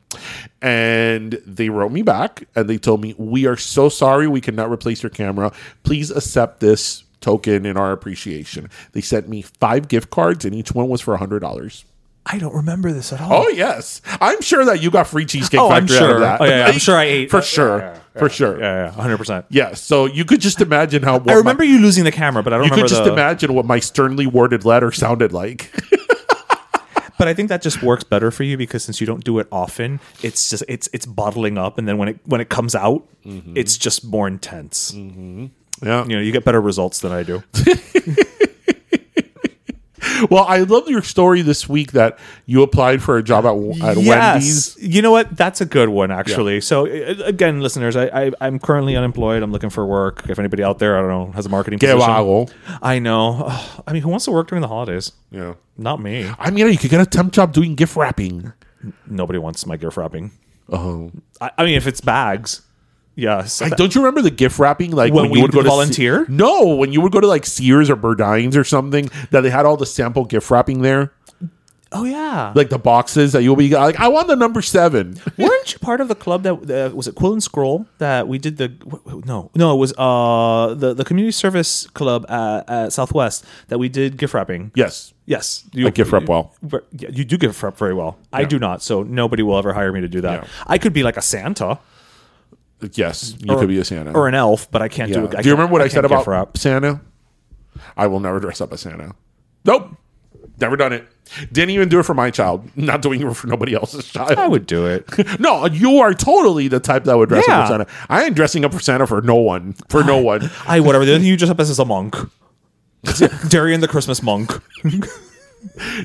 And they wrote me back and they told me, We are so sorry we cannot replace your camera. Please accept this token in our appreciation. They sent me five gift cards and each one was for $100.
I don't remember this at all.
Oh yes, I'm sure that you got free cheesecake.
Oh, I'm
Factory Out
sure.
of that.
Oh, yeah, yeah, I'm sure I ate.
for
Yeah,
sure, for sure. Yeah.
Yeah, yeah, hundred percent.
so you could just imagine how.
I remember you losing the camera, but I don't
you could
remember
just
the.
imagine what my sternly worded letter sounded like.
But I think that just works better for you because since you don't do it often, it's just it's it's bottling up, and then when it when it comes out,
Mm-hmm.
it's just more intense.
yeah.
You know, you get better results than I do.
Well, I love your story this week that you applied for a job at, at Wendy's.
You know what? That's a good one, actually. So, uh, again, listeners, I, I, I'm currently unemployed. I'm looking for work. If anybody out there, I don't know, has a marketing
Que
position.
vago.
I know. Ugh, I mean, who wants to work during the holidays?
Yeah.
Not me.
I mean, you could get a temp job doing gift wrapping.
Nobody wants my gift wrapping. Oh. I, I mean, if it's bags, yes.
I, don't you remember the gift wrapping? Like
When we
you would go to
volunteer?
Se- no, when you would go to like Sears or Burdines or something, that they had all the sample gift wrapping there.
Oh yeah.
Like the boxes that you'll be like, I want the number seven.
Weren't you part of the club that uh, was it Quill and Scroll that we did the w- w- no no it was uh the the community service club at, at Southwest that we did gift wrapping.
Yes.
Yes,
I gift wrap well.
ver- yeah, you do gift wrap very well. I do not, so nobody will ever hire me to do that.
No.
I could be like a Santa
Yes. You could be a Santa.
or an elf, but I can't
Yeah.
do. it.
Do you remember what I,
can't
said
gift
about
wrap.
Santa? I will never dress up as Santa. Nope. Never done it. Didn't even do it for my child. Not doing it for nobody else's child.
I would do it.
No, you are totally the type that would dress up for
Yeah.
Santa. I ain't dressing up for Santa for no one. For no one.
I whatever. The other thing you dress up as is a monk. Darian the Christmas monk.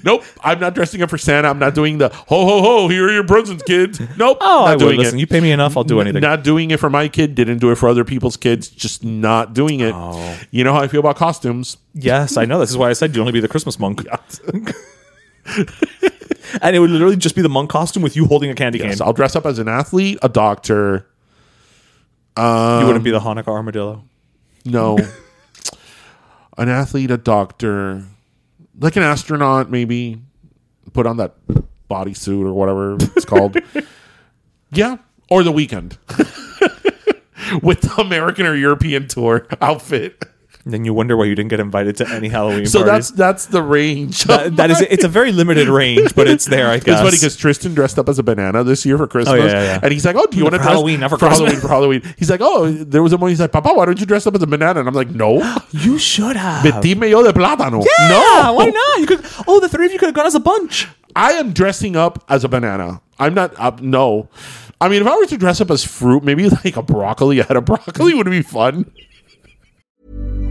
Nope. I'm not dressing up for Santa. I'm not doing the ho ho ho. Here are your presents, kids. Nope.
Oh,
not
I would. Listen, you pay me enough, I'll do anything.
Not doing it for my kid. Didn't do it for other people's kids. Just not doing it.
Oh.
You know how I feel about costumes.
Yes, I know. This is why I said you'd only be the Christmas monk. and it would literally just be the monk costume with you holding a candy
Yes,
cane.
I'll dress up as an athlete, a doctor.
you wouldn't be
Um,
the Hanukkah armadillo.
No, an athlete, a doctor, like an astronaut, maybe. Put on that bodysuit or whatever it's called. yeah, or the weekend with the American or European tour outfit.
And then you wonder why you didn't get invited to any Halloween
So
parties.
that's that's the range.
That- that is, it's a very limited range, but it's there. I
It's
guess.
funny because Tristan dressed up as a banana this year for Christmas,
yeah, yeah.
and he's like, "Oh, do you want to dress
Halloween, not for
for
Christmas.
Halloween for Halloween?" He's like, "Oh, there was a moment he's like, Papa, why don't you dress up as a banana?" And I'm like, "No,
you should have.
Dime yo de plátano."
Yeah,
no,
why not? You could. Oh, the three of you could have gone as a bunch.
I am dressing up as a banana. I'm not. Uh, no, I mean, if I were to dress up as fruit, maybe like a broccoli, a head of broccoli would be fun.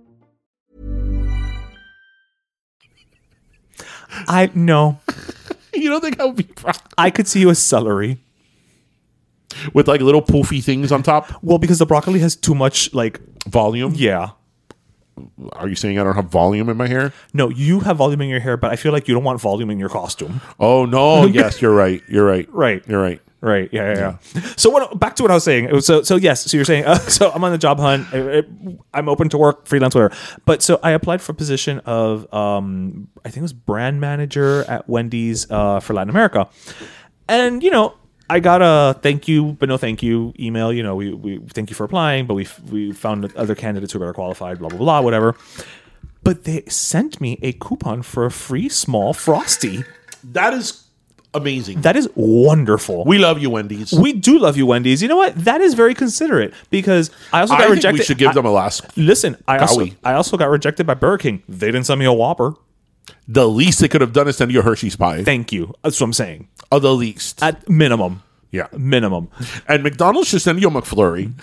I no.
You don't think I would be proud
I could see you as celery.
with like little poofy things on top?
Well, because the broccoli has too much like
Volume?
yeah.
Are you saying I don't have volume in my hair?
No, you have volume in your hair, but I feel like you don't want volume in your costume.
Oh no! yes, you're right. You're right.
Right.
You're right.
Right. Yeah. Yeah. yeah. So what? Back to what I was saying. So so yes. So you're saying. Uh, so I'm on the job hunt. I, I, I'm open to work, freelance, whatever. But so I applied for a position of um, I think it was brand manager at Wendy's uh, for Latin America, and you know. I got a thank you, but no thank you email. You know, we, we thank you for applying, but we f- we found other candidates who are better qualified. Blah blah blah, whatever. But they sent me a coupon for a free small frosty.
That is amazing.
That is wonderful.
we love you, Wendy's.
We do love you, Wendy's. You know what? That is very considerate because I also
I
got
think
rejected.
we should give
I-
them a last.
listen. I also
Golly.
I also got rejected by Burger King. They didn't send me a Whopper.
The least they could have done is send you a Hershey's pie.
Thank you. That's what I'm saying.
Of the least.
At minimum,
yeah.
minimum,
And McDonald's should send you a McFlurry.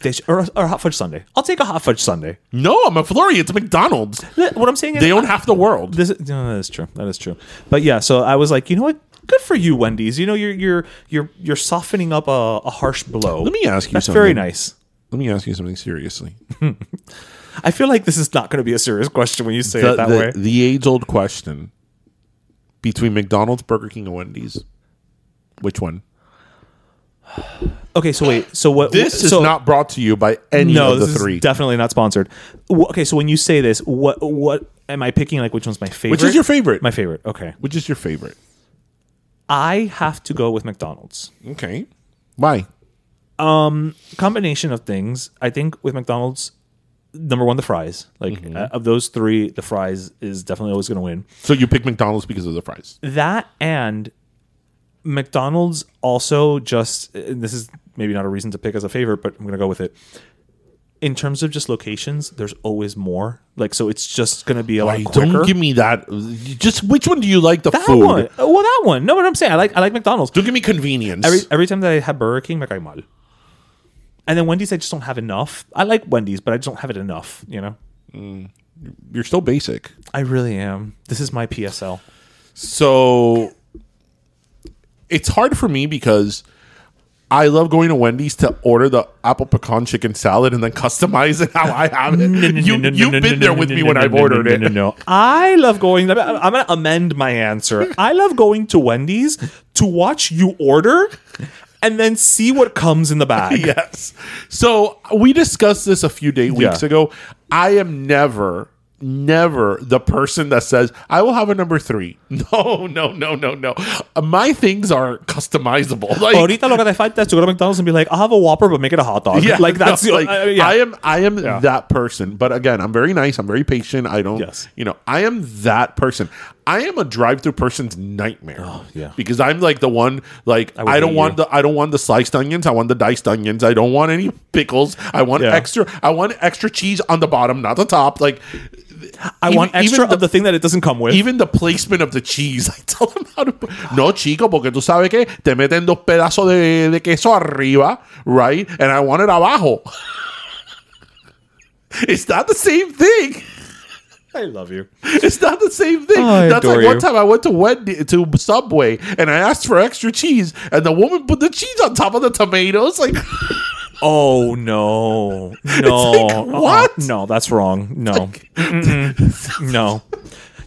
they sh- or, or a hot fudge sundae. I'll take a hot fudge sundae.
No, a McFlurry. It's McDonald's.
Li- What I'm saying is
They own half the world.
This is, no, that is true. That is true. But yeah, so I was like, you know what? Good for you, Wendy's. You know, you're you're you're you're softening up a, a harsh blow.
Let me ask you
That's
something.
very nice.
Let me ask you something seriously.
I feel like this is not going to be a serious question when you say
The,
it that
the-
way.
the age-old question between McDonald's, Burger King, and Wendy's. Which one?
Okay, so wait. So what?
This is
so-
not brought to you by any
no,
of the
this is
three.
definitely not sponsored. Wh- Okay, so when you say this, what what am I picking? Like, which one's my favorite?
Which is your favorite?
My favorite. Okay,
Which is your favorite?
I have to go with McDonald's.
Okay. Why?
Combination of things. I think with McDonald's, number one, the fries. Like
Mm-hmm.
uh, of those three, the fries is definitely always going to win.
So you pick McDonald's because of the fries.
That and McDonald's also just and this is maybe not a reason to pick as a favorite, but I'm going to go with it. In terms of just locations, there's always more. Like so, it's just going to be a lot
Why
quicker.
don't give me that? Just which one do you like the
that
food?
one. Oh, Well, that one. No, what I'm saying, I like I like McDonald's.
Don't give me convenience.
Every every time that I have Burger King, like I'm mal. And then Wendy's, I just don't have enough. I like Wendy's, but I just don't have it enough. You know,
You're still basic.
I really am. This is my PSL.
So it's hard for me because I love going to Wendy's to order the apple pecan chicken salad and then customize it how I have it. you, you've been there with me when I've ordered it.
No, I love going. I'm- I'm going to amend my answer. I love going to Wendy's to watch you order, and then see what comes in the bag.
yes. So we discussed this a few day weeks
Yeah.
ago. I am never, never the person that says I will have a number three. No, no, no, no, no. My things are customizable. Like,
Ahorita lo que te falta es to go to McDonald's and be like, I'll have a Whopper, but make it a hot dog. like that's
no,
the-
like,
uh,
I,
yeah.
am I am that person. But again, I'm very nice. I'm very patient. I don't
Yes.
you know, I am that person. I am a drive through person's nightmare.
Oh, yeah.
Because I'm like the one like
would
I, don't
hate
want
you.
the I don't want the sliced onions, I want the diced onions, I don't want any pickles, I want
Yeah.
extra I want extra cheese on the bottom, not the top. Like
I
even-
want
even
extra
the-
of the thing that it doesn't come with.
even the placement of the cheese. I tell them how to put. No, chico, porque tú sabes que te meten dos pedazos de, de queso arriba, right? And I want it abajo. it's not the same thing.
I love you.
It's not the same thing.
I
That's
adore
like one
you.
time I went to Wendy, to Subway and I asked for extra cheese, and the woman put the cheese on top of the tomatoes. Like,
Oh no, no, Uh-uh.
what?
No, that's wrong. No, Mm-mm. no.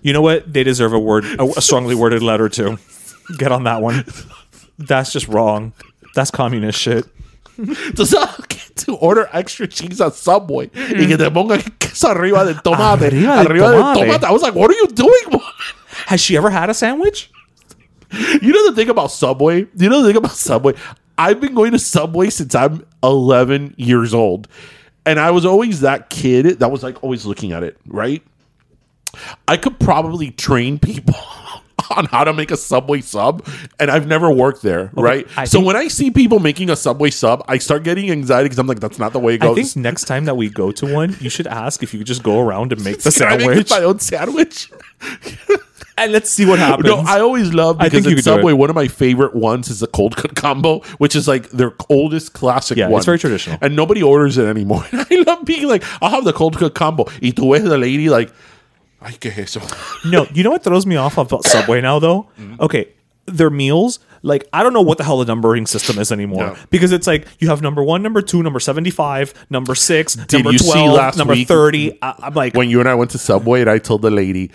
You know what? They deserve a word, a, a strongly worded letter too. Get on that one. That's just wrong. That's communist shit.
does that get to order extra cheese at Subway? Y que te pongan queso arriba del tomate.
Hmm. Arriba del tomate.
I was like, what are you doing?
Has she ever had a sandwich?
You know the thing about Subway? You know the thing about Subway? I've been going to Subway since I'm 11 years old. And I was always that kid that was like always looking at it, right? I could probably train people on how to make a Subway sub, and I've never worked there, right?
I
so
think-
when I see people making a Subway sub, I start getting anxiety because I'm like, that's not the way it
I
goes.
think next time that we go to one, you should ask if you could just go around and make the
Can I make
sandwich,
my own sandwich?
and let's see what happens.
No, I always love
I
because
think you
at
could do
Subway,
it.
one of my favorite ones is the cold cut combo, which is like their oldest classic
Yeah, it's
one.
very traditional.
And nobody orders it anymore. And I love being like, I'll have the cold cut combo. Y tú ves the lady like, ay, qué es eso?
No, you know what throws me off about Subway now though? Okay, their meals, like I don't know what the hell the numbering system is anymore
No.
because it's like you have number 1, number 2, number 75, number 6, number
you see
12,
last
number
week
30. I, I'm like
When you and I went to Subway and I told the lady,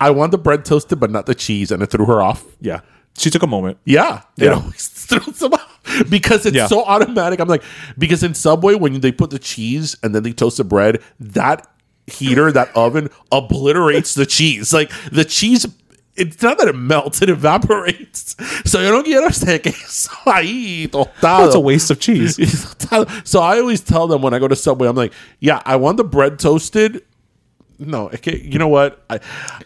I want the bread toasted but not the cheese. And it threw her off.
yeah. She took a moment.
Yeah, it
Yeah.
always throws them off because it's
Yeah.
so automatic. I'm like, because in Subway when they put the cheese and then they toast the bread, that heater, that oven obliterates the cheese. Like the cheese, it's not that it melts; it evaporates. So you don't get upset. ahí tostado.
That's Oh, a waste of cheese.
So I always tell them when I go to Subway, I'm like, yeah, I want the bread toasted. No, okay, you know what? I,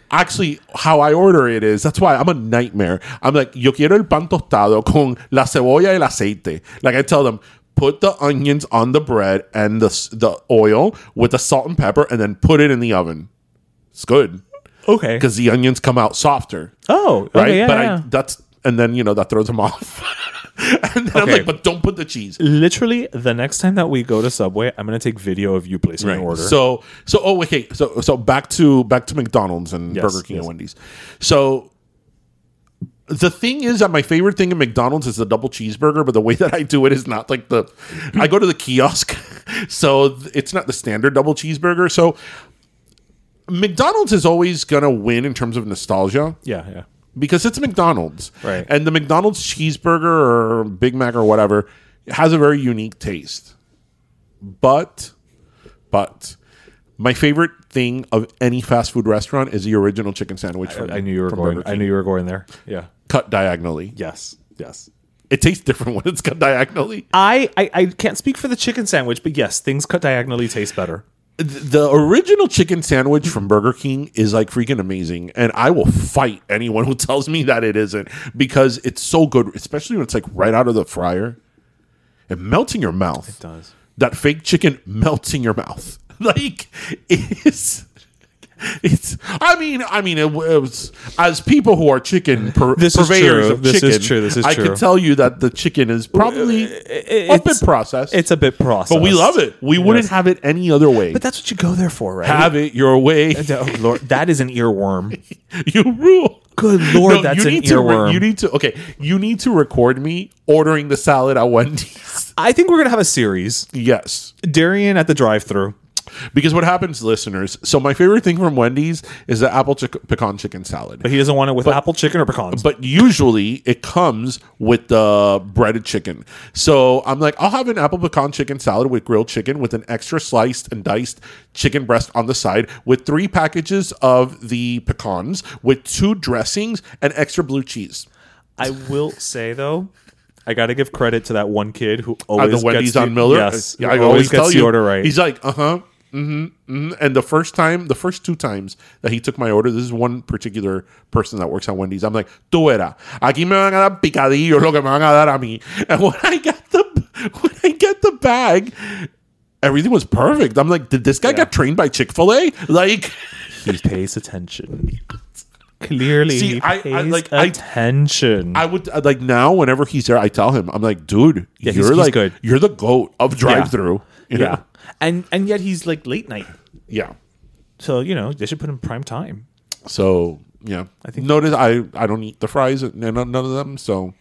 actually, how I order it is that's why I'm a nightmare. I'm like, yo quiero el pan tostado con la cebolla y el aceite. Like I tell them, put the onions on the bread and the s- the oil with the salt and pepper, and then put it in the oven. It's good
Okay.
because the onions come out softer
Oh, okay,
right?
yeah,
but
yeah.
I, that's and then you know that throws them off. and then I'm
Okay.
like, but don't put the cheese.
Literally the next time that we go to Subway, I'm going to take video of you placing an order.
So so oh okay so so back to back to McDonald's and
Yes,
Burger King and
yes.
Wendy's. So the thing is that my favorite thing at McDonald's is the double cheeseburger, but the way that I do it is not like the I go to the kiosk, so th- it's not the standard double cheeseburger. So McDonald's is always gonna win in terms of nostalgia.
yeah, yeah.
because it's McDonald's.
Right.
And the McDonald's cheeseburger or Big Mac or whatever has a very unique taste. But, but my favorite thing of any fast food restaurant is the original chicken sandwich. from,
I knew you were
from
going.
Burger
I
King.
knew you were going there. Yeah.
cut diagonally.
Yes. Yes.
It tastes different when it's cut diagonally.
I, I I can't speak for the chicken sandwich, but yes, things cut diagonally taste better.
the original chicken sandwich from Burger King is like freaking amazing, and I will fight anyone who tells me that it isn't because it's so good, especially when it's like right out of the fryer. It melts in your mouth. It does. That fake chicken melts in your mouth. Like it's, it's. I mean, I mean, it, was as people who are chicken pur-
This is
purveyors
true.
of
This is
chicken.
true. This is
I
true.
can tell you that the chicken is probably a bit processed.
It's a bit processed,
but we love it. We wouldn't
Yes.
have it any other way.
But that's what you go there for, right?
Have it your way.
Oh, Lord, that is an earworm.
you rule.
Good Lord, that's an
to re-
earworm.
you need to okay. You need to record me ordering the salad at Wendy's.
I think we're gonna have a series.
yes,
Darian at the drive-through.
because what happens, listeners? So my favorite thing from Wendy's is the apple chick- pecan chicken salad.
But he doesn't want it with apple chicken or pecans.
But usually it comes with the breaded chicken. So I'm like, I'll have an apple pecan chicken salad with grilled chicken with an extra sliced and diced chicken breast on the side with three packages of the pecans with two dressings and extra blue cheese.
I will say though, I got to give credit to that one kid who always
the Wendy's
gets the-
on Miller.
Yes,
Yeah,
who
I
always
always
gets
tell
the
you.
order right.
He's like, uh huh, hmm hmm And the first time, the first two times that he took my order, this is one particular person that works at Wendy's. I'm like, tú era, aquí me van a dar picadillo, lo que me van a dar a mí. And when I got the when I got the bag. Everything was perfect. I'm like, did this guy get trained by Chick Fil A? Like,
he pays attention. Clearly,
See,
he
I- I-
pays
like, I-
attention.
I would uh, like now whenever he's there, I tell him, I'm like, dude,
Yeah, he's-
you're
he's
like,
good.
you're the goat of drive through.
yeah, and and yet he's like late night.
yeah.
So you know they should put him prime time.
So yeah, I think notice I I don't eat the fries and none none of them. So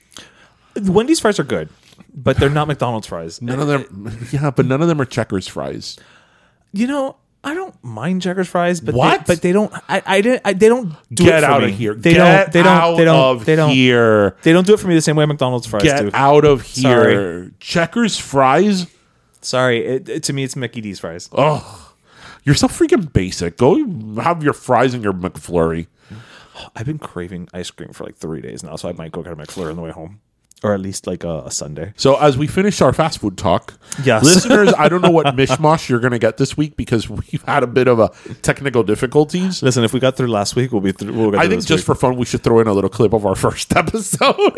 Wendy's fries are good, but they're not McDonald's fries.
none of
Uh,
them. Yeah, but none of them are checkers fries.
You know. I don't mind Jaggers fries, but They,
What?
but they don't. I, I didn't. I, they don't do it
Get
for
out
me.
of here.
They
Get
don't. They don't.
out
they don't.
of
they don't.
here.
They don't do it for me the same way McDonald's fries
Get
do.
out of here.
Sorry.
Checkers fries.
Sorry, it, it- to me it's Mickey D's fries.
Oh, you're so freaking basic. Go have your fries and your McFlurry.
I've been craving ice cream for like three days now, so I might go get a McFlurry on the way home, or at least like a, a Sunday.
So as we finish our fast food talk,
Yes.
listeners, I don't know what mishmash you're going to get this week because we've had a bit of a technical difficulties.
Listen, if we got through last week, we'll be through. We'll get
I
through
think
this
just
week.
for fun, we should throw in a little clip of our first episode.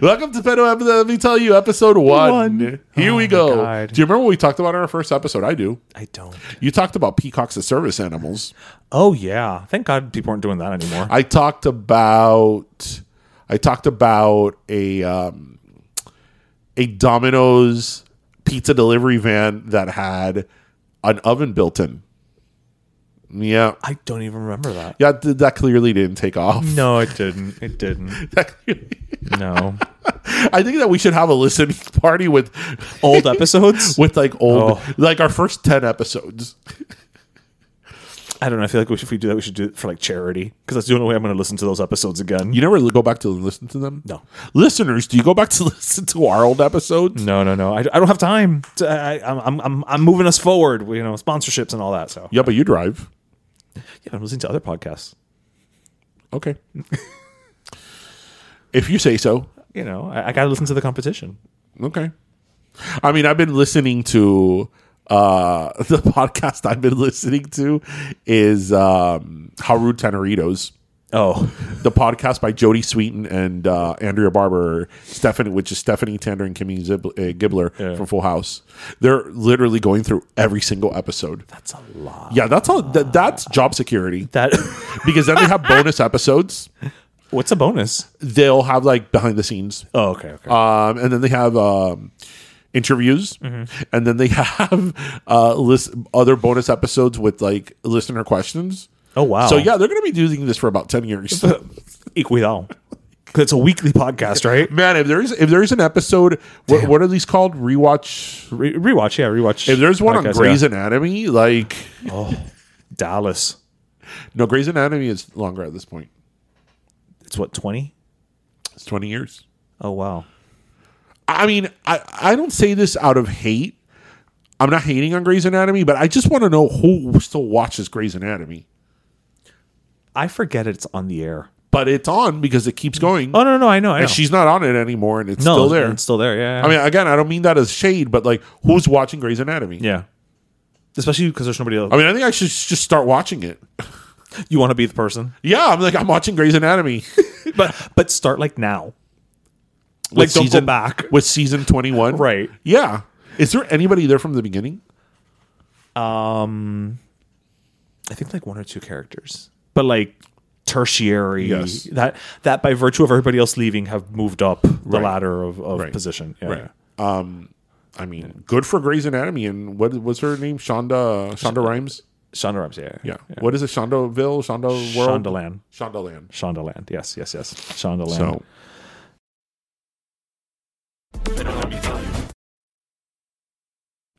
Welcome to Pedo Episode. Let me tell you, episode one.
One. Oh
Here
my
we go.
God.
Do you remember what we talked about in our first episode? I do.
I don't.
You talked about peacocks as service animals.
Oh yeah, thank God people aren't doing that anymore.
I talked about. I talked about a um, a Domino's pizza delivery van that had an oven built in. Yeah,
I don't even remember that.
yeah, th- that clearly didn't take off.
No, it didn't. It didn't.
That clearly-
No.
I think that we should have a listening party with
Old episodes.
with like old
Oh.
like our first 10 episodes.
I don't know. I feel like we should, if we do that, we should do it for like charity because that's the only way I'm going to listen to those episodes again.
You never go back to listen to them?
No.
Listeners, do you go back to listen to our old episodes?
no, no, no. I, I don't have time. To, I, I, I'm, I'm, I'm moving us forward. You know, sponsorships and all that. So
Yeah, but you drive.
yeah, I'm listening to other podcasts.
Okay. if you say so.
you know, I, I got to listen to the competition.
Okay. I mean, I've been listening to uh the podcast I've been listening to is um Haru Teneritos.
Oh,
the podcast by Jody Sweeten and uh, Andrea Barber, Stephanie, which is Stephanie Tander and Kimmy Zib- uh, Gibbler from Full House. They're literally going through every single episode.
that's a lot.
yeah, that's all. That, that's job security
That
because then they have bonus episodes.
what's a bonus?
They'll have like behind the scenes,
Oh, okay, okay.
um, and then they have. Um, interviews
Mm-hmm.
and then they have uh list other bonus episodes with like listener questions
oh wow.
so yeah they're gonna be doing this for about 10 years
equidal. 'Cause It's a weekly podcast, right?
Man, if there's if there's an episode, what, what are these called? Rewatch.
Re- rewatch, yeah, rewatch.
If there's one on
podcast,
Grey's
yeah.
Anatomy, like
Dallas,
no, Grey's Anatomy is longer at this point.
it's what twenty.
It's twenty years.
Oh wow.
I mean, I I don't say this out of hate. I'm not hating on Grey's Anatomy, but I just want to know who still watches Grey's Anatomy.
I forget it's on the air.
but it's on because it keeps going.
Oh no, no, no, I know. I know.
and she's not on it anymore, and it's
no,
still there.
It's still there. Yeah. yeah.
I mean, again, I don't mean that as shade, but like, who's watching Grey's Anatomy?
yeah. Especially because there's nobody else.
I mean, I think I should s- just start watching it.
you want to be the person,
Yeah, I'm like, I'm watching Grey's Anatomy.
but but start like now.
With
Like, don't go back.
with season 21.
Right.
Yeah. Is there anybody there from the beginning?
Um, I think like one or two characters, but like tertiary.
Yes.
That that by virtue of everybody else leaving, have moved up the
Right.
ladder of, of
Right.
position. Yeah.
Right. Um, I mean, good for Grey's Anatomy. And what was her name? Shonda Shonda Rhimes.
Shonda Rhimes. Yeah.
Yeah. What is it? Shondaville. Shonda World.
Shondaland.
Shondaland.
Shondaland. Yes. Yes. Yes. Shondaland.
So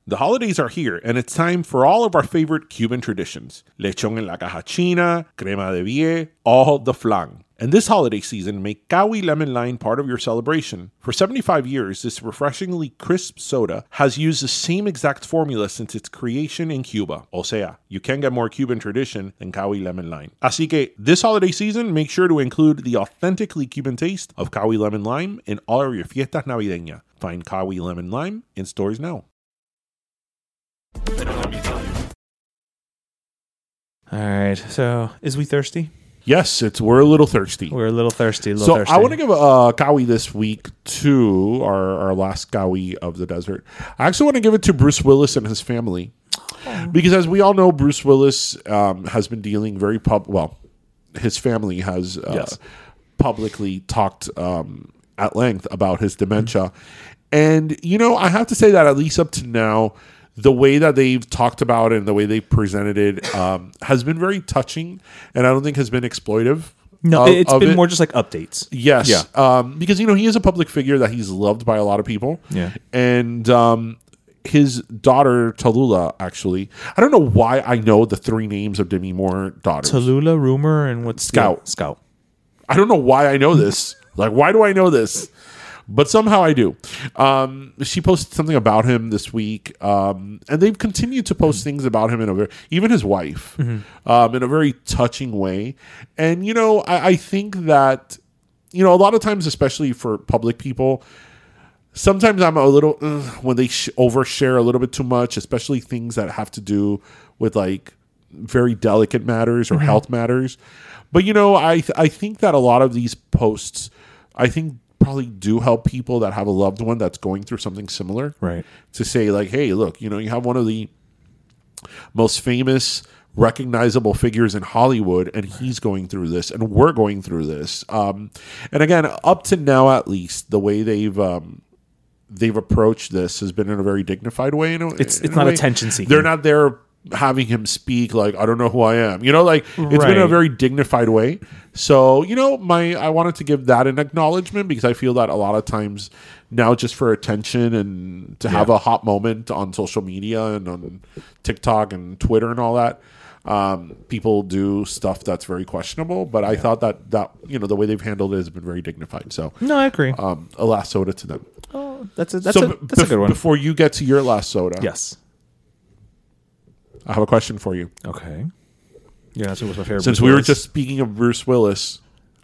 the holidays are here, and it's time for all of our favorite Cuban traditions: lechon en la caja china, crema de vie, all the flan. And this holiday season, make Kawi Lemon Lime part of your celebration. For 75 years, this refreshingly crisp soda has used the same exact formula since its creation in Cuba. O sea, you can't get more Cuban tradition than Kawi Lemon Lime. Así que, this holiday season, make sure to include the authentically Cuban taste of Kawi Lemon Lime in all of your fiestas navideñas. Find Kawi Lemon Lime in stores now.
All right. So is we thirsty?
Yes, it's we're a little thirsty.
We're a little thirsty. A little
so
thirsty.
I want to give a uh, Kawi this week to our, our last Kawi of the desert. I actually want to give it to Bruce Willis and his family. Because as we all know, Bruce Willis um, has been dealing very pub. Well, his family has uh,
Yes.
publicly talked um, at length about his
Mm-hmm.
dementia, and you know I have to say that at least up to now, the way that they've talked about it and the way they presented it um, has been very touching, and I don't think has been exploitive.
No,
of-
it's
of
been
it.
more just like updates.
Yes.
Yeah.
Um, because you know he is a public figure that he's loved by a lot of people.
Yeah.
And um, his daughter Tallulah, actually, I don't know why I know the three names of Demi Moore daughters.
Tallulah rumor and what's the-
Scout.
Scout.
I don't know why I know this. like, why do I know this? But somehow I do. Um, she posted something about him this week, um, and they've continued to post things about him in a very, even his wife,
Mm-hmm.
um, in a very touching way. And you know, I, I think that you know a lot of times, especially for public people, sometimes I'm a little "Ugh," when they sh- overshare a little bit too much, especially things that have to do with like very delicate matters or health matters. But you know, I th- I think that a lot of these posts, I think probably do help people that have a loved one that's going through something similar
Right.
to say like hey look you know you have one of the most famous recognizable figures in hollywood and he's going through this and we're going through this um, and again up to now at least the way they've um, they've approached this has been in a very dignified way in a,
It's-
in
it's not
way.
attention-seeking.
they're not there having him speak like i don't know who i am you know like it's been in a
Right.
very dignified way so you know my i wanted to give that an acknowledgement because i feel that a lot of times now just for attention and to have a hot moment on social media and on tiktok and twitter and all that um, people do stuff that's very questionable but i thought that that you know the way they've handled it has been very dignified so
No, I agree.
um, a last soda to them
that's a that's
so
a
b-
that's a
bef-
good one.
before you get to your last soda
yes.
i have a question for you
Okay. Yeah, that's what was my favorite.
Since
book
we were
was.
just speaking of Bruce Willis,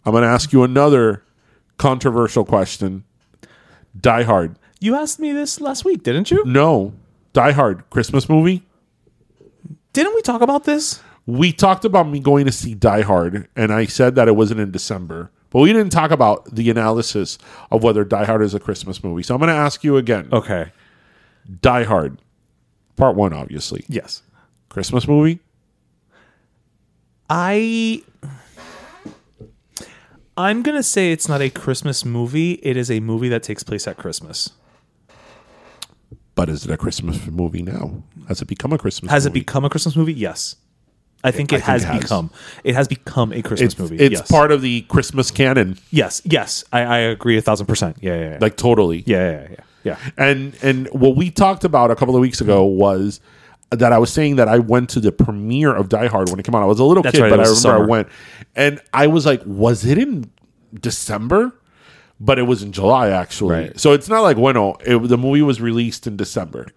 I'm going to ask you another controversial question. Die Hard.
you asked me this last week, didn't you?
No. Die Hard Christmas movie?
Didn't we talk about this?
We talked about me going to see Die Hard and I said that it wasn't in December. But we didn't talk about the analysis of whether Die Hard is a Christmas movie. So I'm going to ask you again.
Okay.
Die Hard. Part 1 obviously.
Yes.
Christmas movie?
I I'm gonna say it's not a Christmas movie. It is a movie that takes place at Christmas.
But is it a Christmas movie now? Has it become a Christmas
Has it
movie?
become a Christmas movie? Yes. I think it
I think
has
it has.
become. It has become a Christmas
it's,
movie.
It's
yes.
part of the Christmas canon,
Yes. Yes. I, I agree a thousand percent. Yeah. Yeah. Yeah.
like totally.
yeah. Yeah. Yeah. yeah. yeah.
and and what we talked about a couple of weeks ago was that I was saying that I went to the premiere of Die Hard when it came out. I was a little
That's
kid,
right,
but
it
I remember
was
I
summer.
went, and I was like, was it in December? But it was in July actually,
Right.
so it's not like bueno. It, the movie was released in December.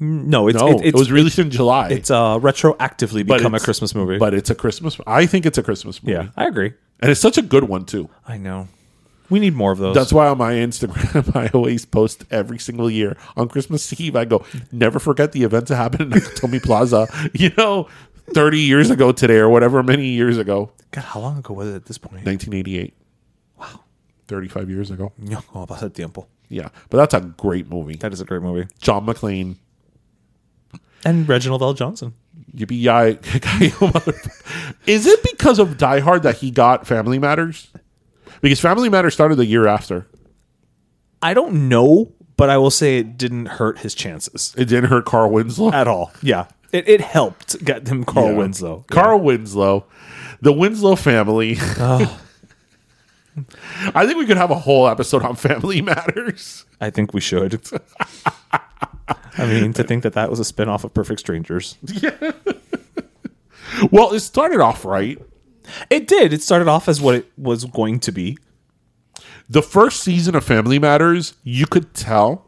No. It's,
No,
it, it's,
it was released in July.
it's uh, retroactively
But
become a
it's-
Christmas movie.
but it's a Christmas. I think it's a Christmas movie.
yeah, I agree.
and it's such a good one too.
I know. We need more of those.
That's why on my Instagram, I always post every single year on Christmas Eve. I go, never forget the event that happened in Tommy Plaza, you know, 30 years ago today or whatever, many years ago,
God, how long ago was it at this point?
1988. Wow. 35 years ago.
No, oh, pasa tiempo.
Yeah. But that's a great movie.
That is a great movie.
John McClane,
And Reginald L. Johnson.
Yippee Yay. Is it because of Die Hard that he got Family Matters? Because Family Matters started the year after.
I don't know, but I will say it didn't hurt his chances
It didn't hurt Carl Winslow.
at all. Yeah. It, it helped get him Carl
Yeah.
Winslow.
Carl Winslow, the Winslow family. I think we could have a whole episode on Family Matters.
I think we should. I mean, to think that that was a spinoff of Perfect Strangers.
Well, it started off right.
It did. It started off as what it was going to be.
The first season of Family Matters, you could tell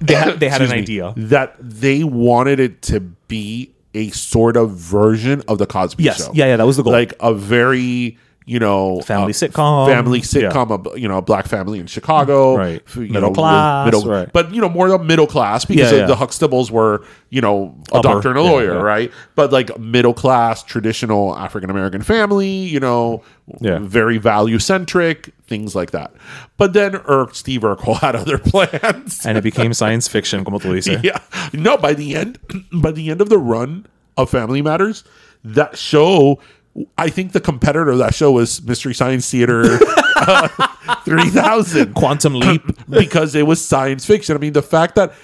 They had, they had an
excuse me,
idea.
that they wanted it to be a sort of version of the Cosby
Yes.
Show.
Yeah, yeah, that was the goal.
Like a very you know
Family
uh,
sitcom.
family
Yeah.
sitcom, a b- you know, a black family in Chicago,
Right.
f- you
Middle
know, li-
class, right.
but you know, more the middle class because
Yeah, yeah.
the Huxtables were you know a
Upper,
doctor and a
yeah,
lawyer,
yeah.
right? But like middle class, traditional African American family, you know,
Yeah.
very value centric things like that. But then er, Steve Urkel had other plans.
And it became science fiction, como tú dices.
Yeah. No, by the end, by the end of the run of Family Matters, that show, I think the competitor of that show was Mystery Science Theater uh, 3000
Quantum Leap.
because it was science fiction. I mean, the fact that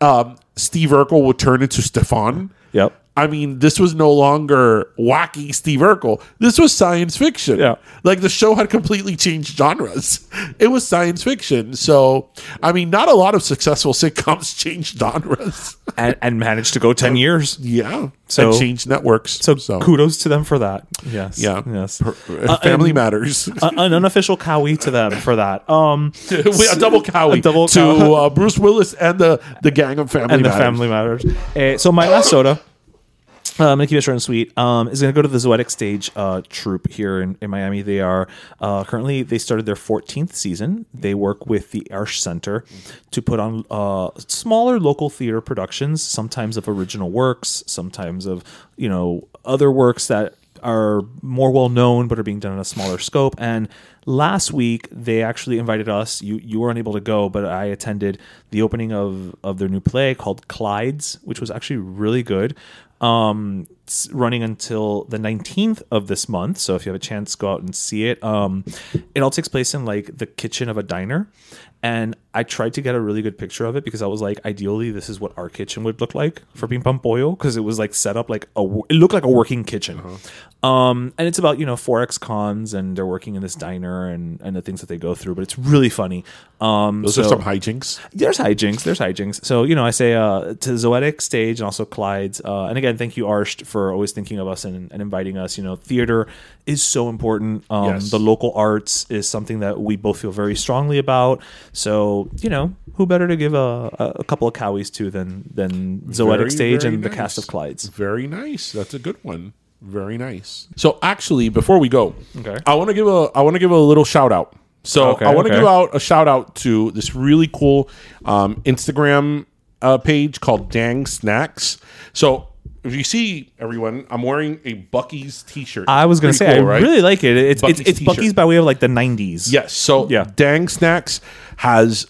um, Steve Urkel would turn into Stefan.
Yep.
I mean, this was no longer wacky Steve Urkel. This was science fiction.
Yeah.
Like the show had completely changed genres. It was science fiction. So, I mean, not a lot of successful sitcoms changed genres.
And, and managed to go 10 years.
Yeah.
So-
and changed networks.
So, kudos to them for that. Yes.
Yeah.
Yes. Uh,
Per- uh, Family
and-
matters.
A- an unofficial cowie to them for that. Um,
We- a double cowie
a double
to
cow-
uh, Bruce Willis and the, the gang of Family
and the
Matters.
family matters. Uh, so my last soda. uh, I'm gonna keep it short and sweet. Um, is gonna go to the Zoetic Stage uh, troupe here in, in Miami. They are uh, currently they started their 14th season. They work with the Arsh Center to put on uh, smaller local theater productions, sometimes of original works, sometimes of you know other works that are more well known but are being done on a smaller scope. And last week they actually invited us. You you weren't able to go, but I attended the opening of of their new play called Clydes, which was actually really good. Um, it's running until the 19th of this month. So if you have a chance, go out and see it. Um, it all takes place in like the kitchen of a diner. And I tried to get a really good picture of it because I was like, ideally, this is what our kitchen would look like for
Mm-hmm.
Pim Pam Pollo because it was like set up like a, wo- it looked like a working kitchen.
Uh-huh.
Um, and it's about, you know, Forex cons and they're working in this diner and, and the things that they go through, but it's really funny. Um,
Those are
so-
some hijinks.
there's hijinks. There's hijinks. So you know, I say uh, to Zoetic Stage and also Clyde's, uh, and again, thank you Arsht for always thinking of us and, and inviting us. You know, theater is so important. Um,
Yes.
The local arts is something that we both feel very strongly about. So you know, who better to give a, a, a couple of cowies to than than Zoetic
Very,
Stage
very
and the
nice.
cast of Clyde's?
Very nice. That's a good one. Very nice. So actually, before we go,
Okay.
I want to give a I want to give a little shout out. So
Okay,
I want to
okay.
give out a shout out to this really cool um, Instagram uh, page called Dang Snacks. So if you see everyone, I'm wearing a Bucky's t-shirt.
I was gonna
Pretty
say
cool,
I
right?
really like it. It's
Bucky's
it's, it's
t-shirt.
Bucky's by way of like the '90s.
Yes. So
Yeah.
Dang Snacks has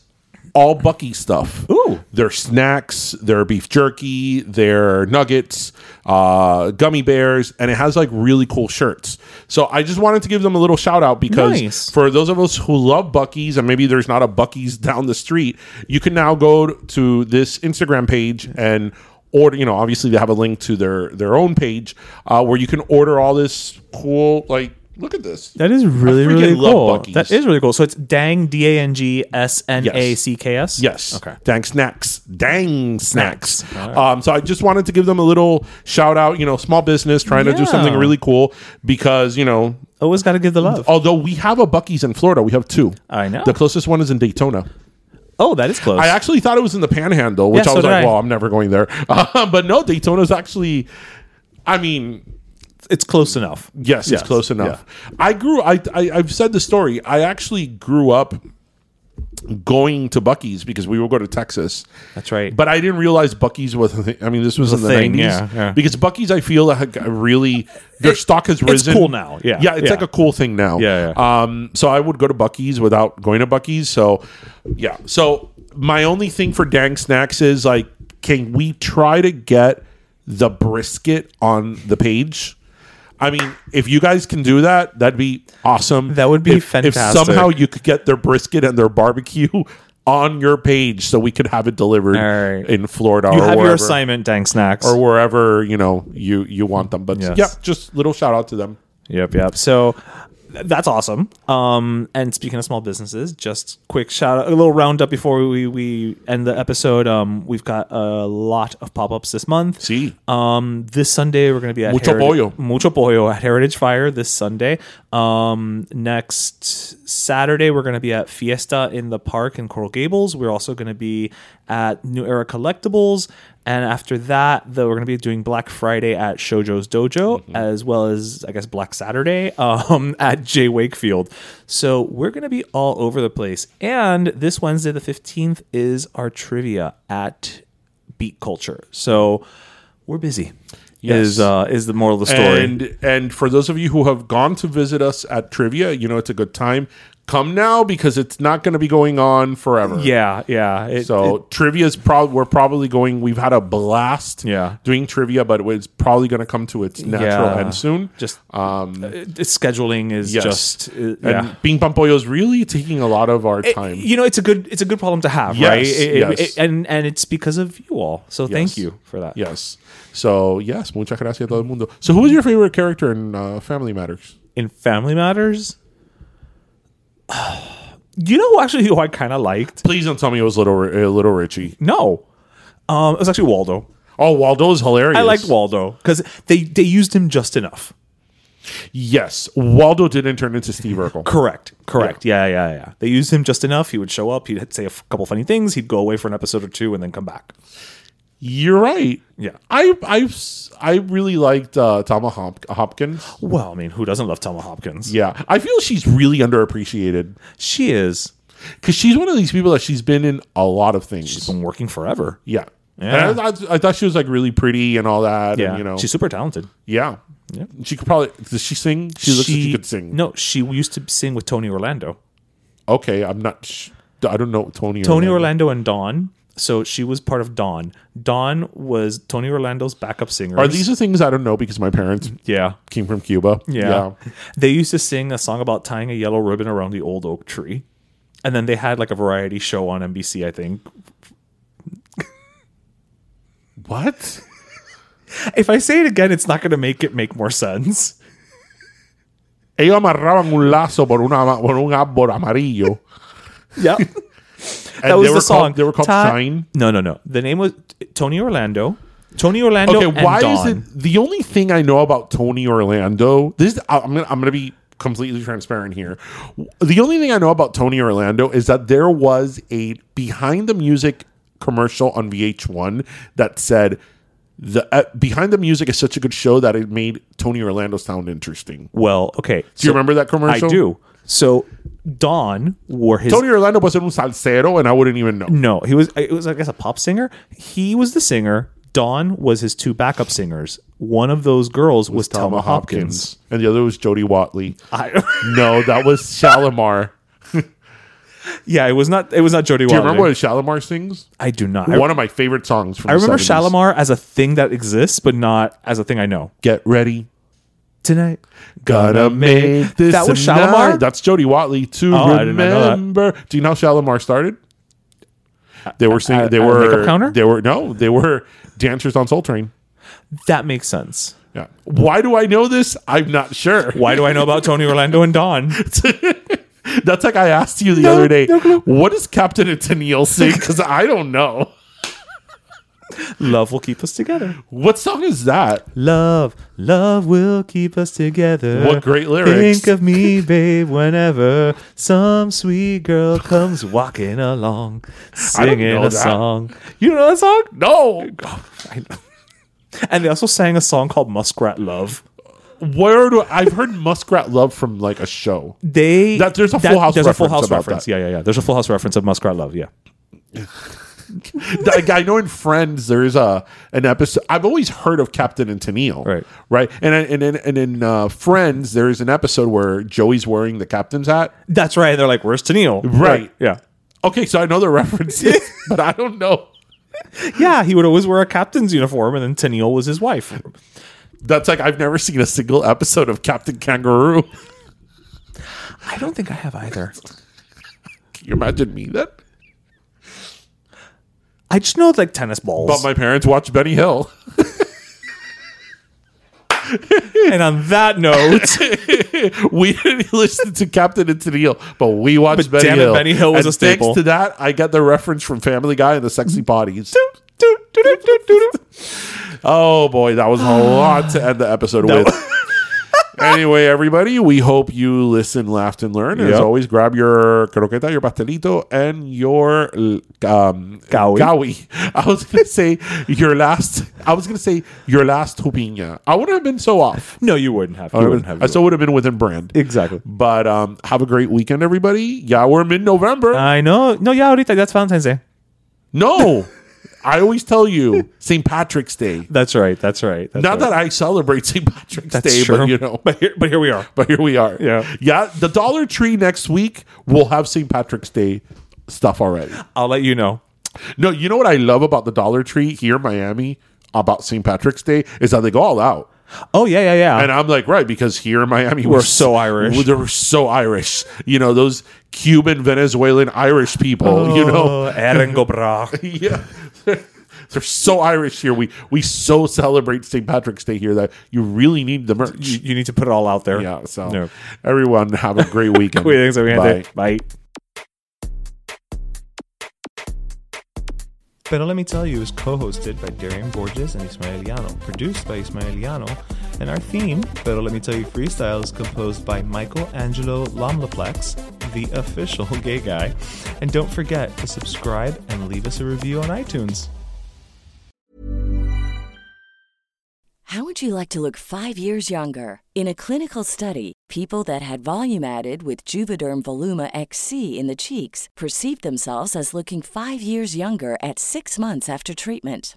all Bucky stuff.
Ooh.
Their snacks, their beef jerky, their nuggets, uh, gummy bears, and it has like really cool shirts. So I just wanted to give them a little shout out because
Nice.
for those of us who love Bucky's and maybe there's not a Bucky's down the street, you can now go to this Instagram page and order. You know, obviously they have a link to their their own page uh, where you can order all this cool like. Look at this.
That is really
freaking
really
love
cool.
Buc-ee's.
That is really cool. So it's Dang D A N G S N A C K S.
Yes.
Okay.
Dang snacks. Dang snacks.
Snacks. All right.
Um, so I just wanted to give them a little shout out. You know, small business trying to do
Yeah.
something really cool because you know,
Always got to give the love. Oh,
although we have a Bucky's in Florida, we have two.
I know.
The closest one is in Daytona.
Oh, that is close.
I actually thought it was in the Panhandle, which
Yeah,
I was
so did
like,
I.
"Well, I'm never going there." but no, Daytona's actually. I mean,
it's close enough.
Yes, it's close enough. I grew. I, I I've said the story. I actually grew up going to Bucky's because we would go to Texas.
That's right.
But I didn't realize Bucky's was. a thi- I mean, this was,
was
in
a
the
thing,
nineties.
yeah, yeah.
Because Bucky's, I feel like really their stock has
it's
risen.
cool now, yeah,
yeah, it's
yeah.
like a cool thing now.
Yeah,
Um. So I would go to Bucky's without going to Bucky's. So, yeah. So my only thing for Dang Snacks is like, can we try to get the brisket on the page? I mean, if you guys can do that, that'd be awesome.
That would be
If- If
fantastic.
somehow you could get their brisket and their barbecue on your page so we could have it delivered
All right.
in Florida
You
or
have
wherever,
your assignment, Dank Snacks.
or wherever, you know, you you want them. But
Yes.
yeah, just little shout out to them.
Yep, yep. So th- that's awesome. Um, and speaking of small businesses, just quick shout out, a little roundup before we, we end the episode. Um, we've got a lot of pop ups this month.
See.
Um, this Sunday we're going to be at
Mucho pollo.
Mucho pollo at Heritage Fire this Sunday. Um, next Saturday we're going to be at Fiesta in the Park in Coral Gables. We're also going to be at New Era Collectibles, and after that, though, we're going to be doing Black Friday at Shoujo's Dojo, as well as I guess Black Saturday um, at Jay Wakefield. So we're going to be all over the place. And this Wednesday, the fifteenth, is our trivia at Beat Culture. So we're busy.
Yes.
Is uh, is the moral of the story?
And and for those of you who have gone to visit us at Trivia, you know it's a good time. Come now because it's not going to be going on forever.
yeah, yeah. It-
so
it-
trivia is probably we're probably going. We've had a blast,
Yeah.
doing trivia, but it's probably going to come to its natural
Yeah.
end soon.
just
um,
it- it's scheduling is
yes.
just uh,
and
yeah.
Bing Bang Pollo is really taking a lot of our
It-
time.
you know, it's a good it's a good problem to have,
Yes,
right? It- it-
yes.
it- and and it's because of you all. So
Yes.
thank you for that.
Yes. So yes, muchas gracias a todo el mundo. So who is your favorite character in uh, Family Matters?
In Family Matters, you know who actually who I kind of liked.
Please don't tell me it was Little uh, Little Richie.
No, um, it was actually Waldo.
Oh, Waldo is hilarious.
I liked Waldo because they they used him just enough.
Yes, Waldo didn't turn into Steve Urkel.
Correct. Correct. Yeah. yeah, yeah, They used him just enough. He would show up. He'd say a f- couple funny things. He'd go away for an episode or two and then come back.
You're right.
Yeah.
I I I really liked uh, Tama Hop- Hopkins.
Well, I mean, who doesn't love Thelma Hopkins?
Yeah, I feel she's really underappreciated
She is.
because she's one of these people that she's been in a lot of things.
She's been working forever.
yeah,
Yeah.
And I, I, I thought she was like really pretty and all that.
Yeah.
and, you know,
She's super talented.
yeah,
Yeah.
She could probably does she sing? She looks like she could sing.
No, she used to sing with Tony Orlando.
okay, I'm not. Sh- I don't know Tony.
Tony Orlando and Dawn. So she was part of Dawn. Dawn was Tony Orlando's backup singer.
Are these the things I don't know because my parents
Yeah.
came from Cuba?
Yeah. They used to sing a song about tying a yellow ribbon around the old oak tree. And then they had like a variety show on NBC, I think.
What?
If I say it again, it's not going to make it make more sense.
Ellos amarraban un lazo por una por un árbol amarillo.
Yep.
And
that was
they
the
were
song.
Called, they were called
Ti-
Shine.
No, no, no. The name was Tony Orlando. Tony Orlando.
Okay,
and
why
Dawn.
is it the only thing I know about Tony Orlando? This I- I'm gonna I'm gonna be completely transparent here. The only thing I know about Tony Orlando is that there was a behind the music commercial on VH1 that said the uh, behind the music is such a good show that it made Tony Orlando sound interesting.
Well, okay.
Do you remember that commercial?
I do. So Dawn wore his.
Tony Orlando was in un salsero, and I wouldn't even know.
no, he was. It was, I guess, a pop singer. He was the singer. Dawn was his two backup singers. One of those girls was, Thelma, Hopkins.
and the other was Jody Watley.
I,
No, that was Shalimar.
yeah, it was not. It was not Jody.
Do you remember what Shalimar sings?
I do not. I,
One of my favorite songs from
I remember
70s.
Shalimar as a thing that exists, but not as a thing I know.
Get ready.
Tonight,
Gonna make this.
That was
a
Shalimar?
night. That's Jody Watley to
Oh, I did not know that.
remember. Do you know how Shalimar started? They were singing. They
at a
were
makeup counter?
They were no. They were dancers on Soul Train.
that makes sense.
Yeah. Why do I know this? I'm not sure.
Why do I know about Tony Orlando and Dawn?
That's like I asked you the other day. what is Captain and Tennille sing? Because I don't know.
Love will keep us together.
What song is that?
Love, love will keep us together.
What great lyrics.
Think of me, babe, whenever some sweet girl comes walking along,
I don't
singing
know
a
that.
song. You know that song?
No.
And they also sang a song called Muskrat Love.
where do I've heard muskrat love from like a show?
They
That- there's a Full House
There's a Full
reference
House
about
reference.
that.
Yeah, yeah, yeah. There's a Full House reference of Muskrat Love. Yeah.
Like, I know in Friends there's a an episode. I've always heard of Captain and Tennille,
Right.
Right, and I- and in, and in uh, Friends there's an episode where Joey's wearing the captain's hat.
That's right. They're like, "Where's Tennille?"
Right.
Yeah.
Okay, so I know the references, but I don't know.
Yeah. He would always wear a captain's uniform, and then Tennille was his wife.
That's like I've never seen a single episode of Captain Kangaroo. Can
I don't think I have either.
you imagine me then?
I just know like tennis
But
balls.
my parents watch Benny Hill.
and on that note,
we didn't listen to Captain and Tennille, but we watched
But
Benny
damn it,
Hill.
Benny Hill was
And
a staple.
Thanks to that, I got the reference from Family Guy and the Sexy Bodies. oh boy, that was a lot to end the episode with. anyway, everybody, we hope you listen, laughed, and learned. As
Yep.
always, grab your croqueta, your pastelito, and your um,
Gawi.
I was gonna say your last. I was gonna say your last hupina. I wouldn't have been so off.
no, you wouldn't have. You
Oh, I
wouldn't have.
I still would have been within brand.
Exactly.
But um, have a great weekend, everybody. Yeah, we're mid November.
I know. No, yeah, ahorita, that's Valentine's Day.
no, I always tell you St. Patrick's Day.
That's right. That's right. That's
Not
right.
that I celebrate St. Patrick's
That's
Day,
true.
but you know,
But here, but here we are.
but here we are.
Yeah.
yeah. The Dollar Tree next week will have St. Patrick's Day stuff already.
I'll let you know.
No, you know what I love about the Dollar Tree here in Miami about St. Patrick's Day is that they go all out.
Oh yeah, yeah, yeah.
And I'm like, right, because here in Miami,
We're so Irish.
We're, we're so Irish. You know, those Cuban, Venezuelan, Irish people, you know?
Oh, Erengo Bra.
Yeah. They're so Irish here. We we so celebrate St. Patrick's Day here that you really need the merch.
you, you need to put it all out there.
yeah. So,
No.
everyone, have a great weekend.
Greetings,
Bye.
Bye. Bye. Pero Let Me Tell You is co-hosted by Darian Borges and Ismaeliano, produced by Ismaeliano, and our theme, Pero Let Me Tell You Freestyle, is composed by Michael Angelo Lomlaplex, the official gay guy. And don't forget to subscribe and leave us a review on iTunes.
How would you like to look five years younger? In a clinical study, people that had volume added with Juvederm Voluma XC in the cheeks perceived themselves as looking five years younger at six months after treatment.